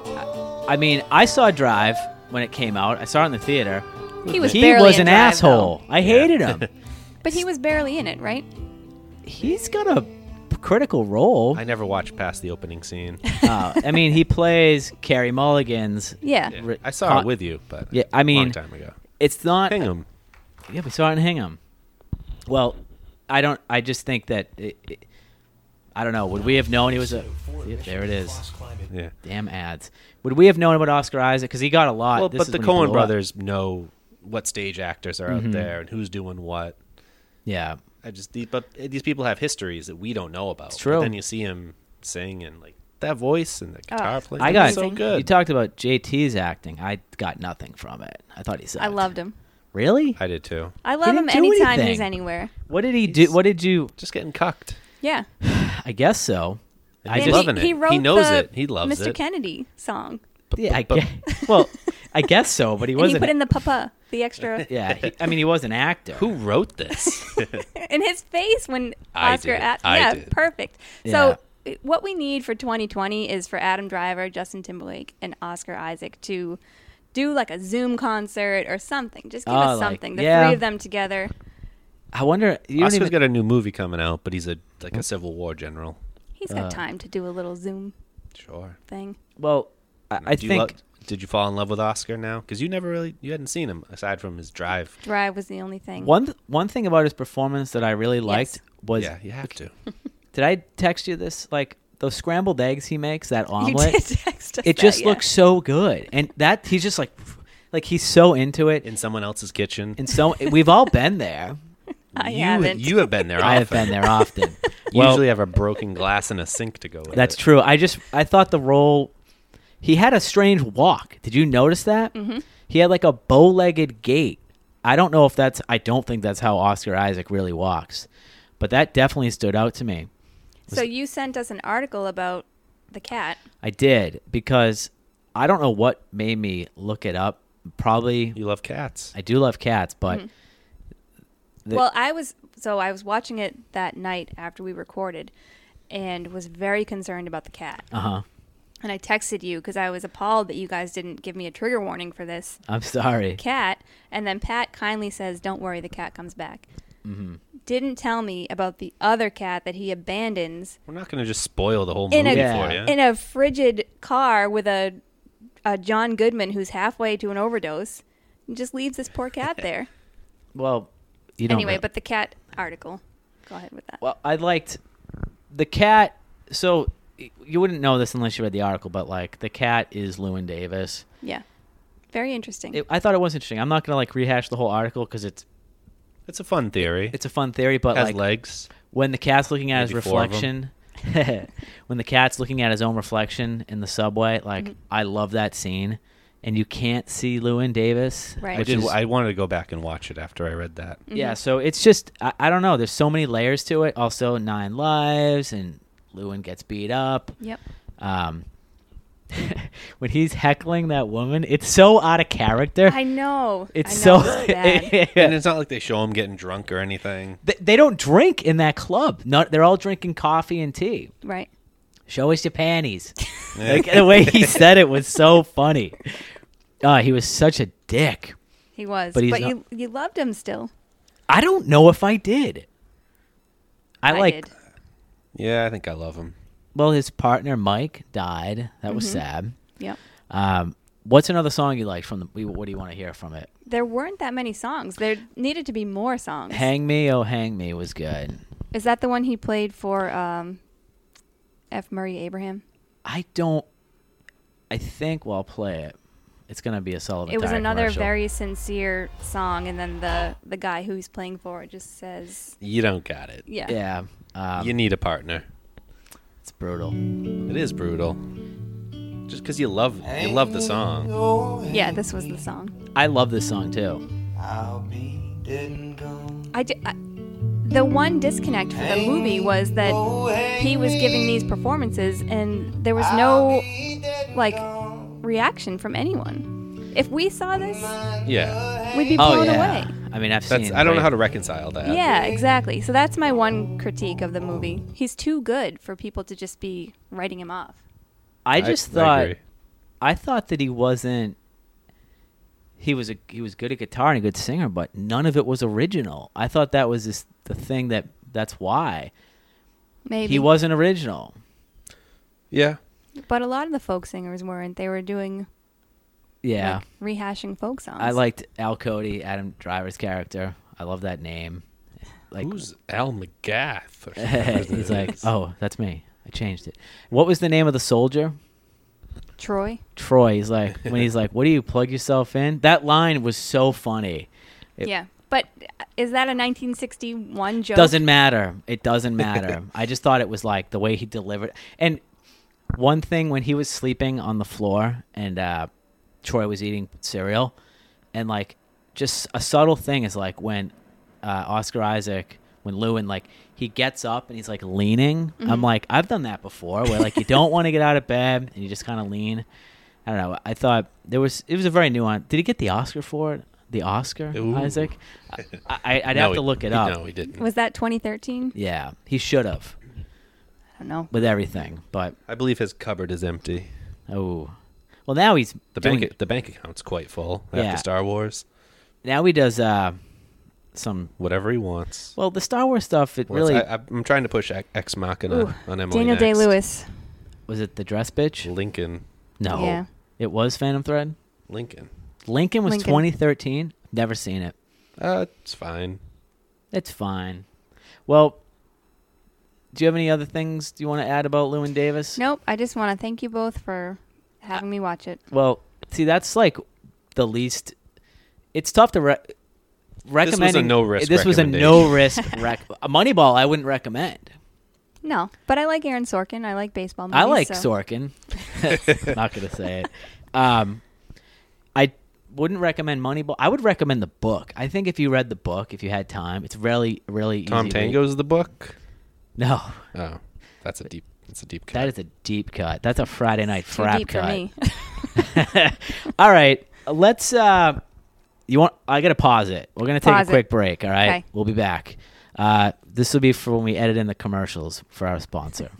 A: I mean, I saw Drive when it came out. I saw it in the theater.
D: He was
A: He
D: barely
A: was
D: in
A: an
D: Drive,
A: asshole.
D: though.
A: I hated him.
D: but he was barely in it, right?
A: He's got a critical role.
C: I never watched past the opening scene.
A: Uh, I mean, he plays Carrie Mulligan's.
D: Yeah.
A: Re-
C: I saw
A: con-
C: it with you, but
A: Yeah, I mean-
C: long time ago.
A: It's not.
C: Hingham.
A: Yeah, we saw it in Hingham. Well, I don't. I just think that. It, it, I don't know. Would we have known he was a? yeah, there it is.
C: Yeah.
A: Damn ads. Would we have known about Oscar Isaac? Because he got a lot.
C: Well,
A: This
C: but
A: is
C: the
A: when Mm-hmm. he blew
C: Cohen
A: up.
C: brothers know what stage actors are out there and who's doing what.
A: Yeah.
C: I just these, but these people have histories that we don't know about. It's
A: true.
C: But then you see him sing and like that voice and the guitar
D: Oh,
C: playing.
A: I got
C: is so
D: amazing.
A: You
C: good.
A: talked about JT's acting. I got nothing from it. I thought he said
D: I loved him.
A: Really?
C: I did too.
D: I love him
A: didn't do
D: anytime he's
A: anything.
D: anywhere.
A: What did he do? What did you?
C: Just getting cucked.
D: Yeah.
A: I guess so. I
C: he's
A: just-
C: loving it.
D: He, wrote
C: knows
D: the
C: it. He loves
D: Mr.
C: it.
D: Kennedy song.
A: Yeah, I
C: but-
A: guess, well, I guess so. But he
D: And he
A: wasn't.
D: put in the papa, the extra
A: yeah, he, I mean, he was an actor.
C: Who wrote this?
D: in his face when
C: I
D: Oscar.
C: did.
D: a-
C: I
D: yeah,
C: did.
D: perfect. So uh, what we need for 2020 is for Adam Driver, Justin Timberlake, and Oscar Isaac to do like a Zoom concert or something. Just give
A: Oh,
D: us
A: like-
D: something. the
A: yeah.
D: three of them together.
A: I wonder. You don't
C: Oscar's
A: even,
C: got a new movie coming out, but he's a like a Civil War general.
D: He's
A: Uh.
D: got time to do a little Zoom
C: Sure.
D: thing.
A: well, I, I
C: Do you lo-
A: think.
C: did you fall in love with Oscar now? Because you never really, you hadn't seen him aside from his drive.
D: Drive was the only thing.
A: One th- one thing about his performance that I really liked
D: Yes.
A: was
C: Yeah, you have to.
A: did I text you this like those scrambled eggs he makes that
D: You
A: omelet?
D: did text us
A: it
D: that,
A: just
D: yeah.
A: looks so good, and that he's just like like he's so into it,
C: In someone else's kitchen.
A: and so we've all been there.
D: I
C: you,
D: haven't.
C: you have been there.
A: I have been
C: often.
A: there often.
C: You
A: Well-
C: usually have a broken glass and a sink to go with.
A: That's
C: it.
A: true. I just I thought the role he had a strange walk. Did you notice that? Mm-hmm. He had like a bow-legged gait. I don't know if that's I don't think that's how Oscar Isaac really walks, but that definitely stood out to me.
D: so you sent us an article about the cat.
A: I did because I don't know what made me look it up. Probably
C: You love cats.
A: I do love cats, but the-
D: well, I was so I was watching it that night after we recorded, and was very concerned about the cat.
A: uh huh.
D: And I texted you because I was appalled that you guys didn't give me a trigger warning for this
A: I'm sorry.
D: cat. And then Pat kindly says, "Don't worry, the cat comes back."
A: Mm-hmm.
D: Didn't tell me about the other cat that he abandons
C: We're not going to just spoil the whole
D: In
C: movie
D: a-
A: Yeah.
C: for you.
D: in a frigid car with a, a John Goodman who's halfway to an overdose, and just leaves this poor cat there.
A: Well, you don't
D: anyway,
A: know.
D: but the cat article. Go ahead with that.
A: Well, I liked the cat. So y- you wouldn't know this unless you read the article, but like the cat is Lewin Davis.
D: Yeah. Very interesting.
A: It, I thought it was interesting. I'm not gonna like rehash the whole article because it's
C: it's a fun theory. It
A: it's a fun theory, but
C: has
A: like
C: legs.
A: when the cat's looking at his
C: Maybe four of 'em.
A: reflection, when the cat's looking at his own reflection in the subway, like
D: Mm-hmm.
A: I love that scene, and you can't see Lewin Davis.
D: Right. Mm.
C: I
A: which
C: did.
A: is-
C: I wanted to go back and watch it after I read that.
D: Mm-hmm.
A: Yeah, so it's just I, I don't know. There's so many layers to it. Also, nine lives and Lewin gets beat up.
D: yep.
A: um, when he's heckling that woman, it's so out of character.
D: I know.
A: it's
D: I know,
A: so
D: it's bad.
C: And it's not like they show him getting drunk or anything.
A: They- they don't drink in that club. Not they're all drinking coffee and tea.
D: right.
A: Show us your panties.
C: Eh,
A: like the way he said it was so funny. Uh, he was such a dick.
D: He was.
A: But
D: But,
A: he's not-
D: you you loved him still.
A: I don't know if I did. I, like
D: did.
C: Yeah, I think I love him.
A: well his partner Mike died. That was
D: Mm-hmm.
A: sad.
D: Yep.
A: Um, what's another song you like from the? we- What do you want to hear from it?
D: There weren't that many songs. There needed to be more songs.
A: Hang me, oh hang me was good.
D: Is that the one he played for um, F. Murray Abraham?
A: I don't. I think we'll play it. It's gonna be a Sullivan.
D: It was
A: Tire
D: another
A: commercial.
D: very sincere song, and then the the guy who he's playing for just says,
C: You don't got it.
D: "Yeah,
A: yeah. Um,
C: You need a partner.
A: it's brutal.
C: It is brutal. Just because you love you love the song.
D: yeah, this was the song."
A: I love this song too.
D: I, di- I the one disconnect for the movie was that he was giving these performances, and there was no like reaction from anyone. If we saw this,
C: Yeah.
D: we'd be
A: Oh
D: blown
A: yeah.
D: away.
A: I mean, I've
C: That's
A: seen.
C: I don't know
A: way-
C: how to reconcile that.
D: Yeah, exactly. So that's my one critique of the movie. He's too good for people to just be writing him off.
A: I
C: I
A: just
C: I
A: thought.
C: agree.
A: I thought that he wasn't. He was a he was good at guitar and a good singer, but none of it was original. I thought that was just the thing that that's why
D: Maybe
A: he wasn't original.
C: Yeah.
D: But a lot of the folk singers weren't. They were doing
A: Yeah,
D: like, rehashing folk songs.
A: I liked Al Cody, Adam Driver's character. I love that name. Like
C: Who's Al McGath? Or something?
A: he's like, oh, that's me. I changed it. What was the name of the soldier?
D: Troy.
A: Troy. He's like when he's like, what do you plug yourself in? That line was so funny. It-
D: yeah, but uh, is that a 1961 joke?
A: Doesn't matter. It doesn't matter. I just thought it was like the way he delivered. And one thing when he was sleeping on the floor and uh, Troy was eating cereal, and like just a subtle thing is like when uh, Oscar Isaac, when Lewin, like he gets up and he's like leaning. I'm like, I've done that before where like you don't want to get out of bed and you just kind of lean. I don't know. I thought there was, it was a very nuanced. Did he get the Oscar for it? The Oscar,
C: Ooh.
A: Isaac? I, I, I'd
C: No,
A: have
C: he-
A: to look it
C: he-
A: up.
C: No, he didn't.
D: Was that 2013?
A: Yeah, he should have
D: I don't know.
A: with everything, but
C: I believe his cupboard is empty.
A: oh, well now he's
C: The
A: doing,
C: bank the bank account's quite full
A: Yeah.
C: after Star Wars.
A: now he does uh some
C: Whatever he wants.
A: well the Star Wars stuff. It
C: Well, it's-
A: really
C: I, I'm trying to push Ex Machina
D: Ooh,
C: on Emily.
D: Daniel Day
C: next.
D: Lewis.
A: was it the dress bitch.
C: Lincoln.
A: No,
D: Yeah.
A: it was Phantom Thread.
C: Lincoln.
A: Lincoln was
D: Lincoln.
A: 2013. Never seen it.
C: Uh, it's fine.
A: It's fine. Well, do you have any other things you want to add about Lewin Davis?
D: Nope. I just want to thank you both for having me watch it.
A: Well, see, that's like the least. It's tough to re- recommend.
C: no-risk
A: This was a
C: recommendation.
A: no risk. Rec- Moneyball, I wouldn't recommend.
D: No, but I like Aaron Sorkin. I like baseball. Movies,
A: I like
D: so.
A: Sorkin. Not gonna say it. Um, I wouldn't recommend Moneyball. I would recommend the book. I think if you read the book, if you had time, it's really, really
C: Tom
A: easy. read.
C: Tango's the book.
A: No,
C: Oh, that's a deep. That's a deep cut.
A: that is a deep cut. That's a Friday night
D: Too
A: frap
D: deep
A: cut.
D: for me.
A: all right, let's. Uh, you want? I gotta pause it. We're gonna take
D: Pause
A: a
D: it.
A: quick break. All right,
D: Okay.
A: we'll be back. Uh, this will be for when we edit in the commercials for our sponsor.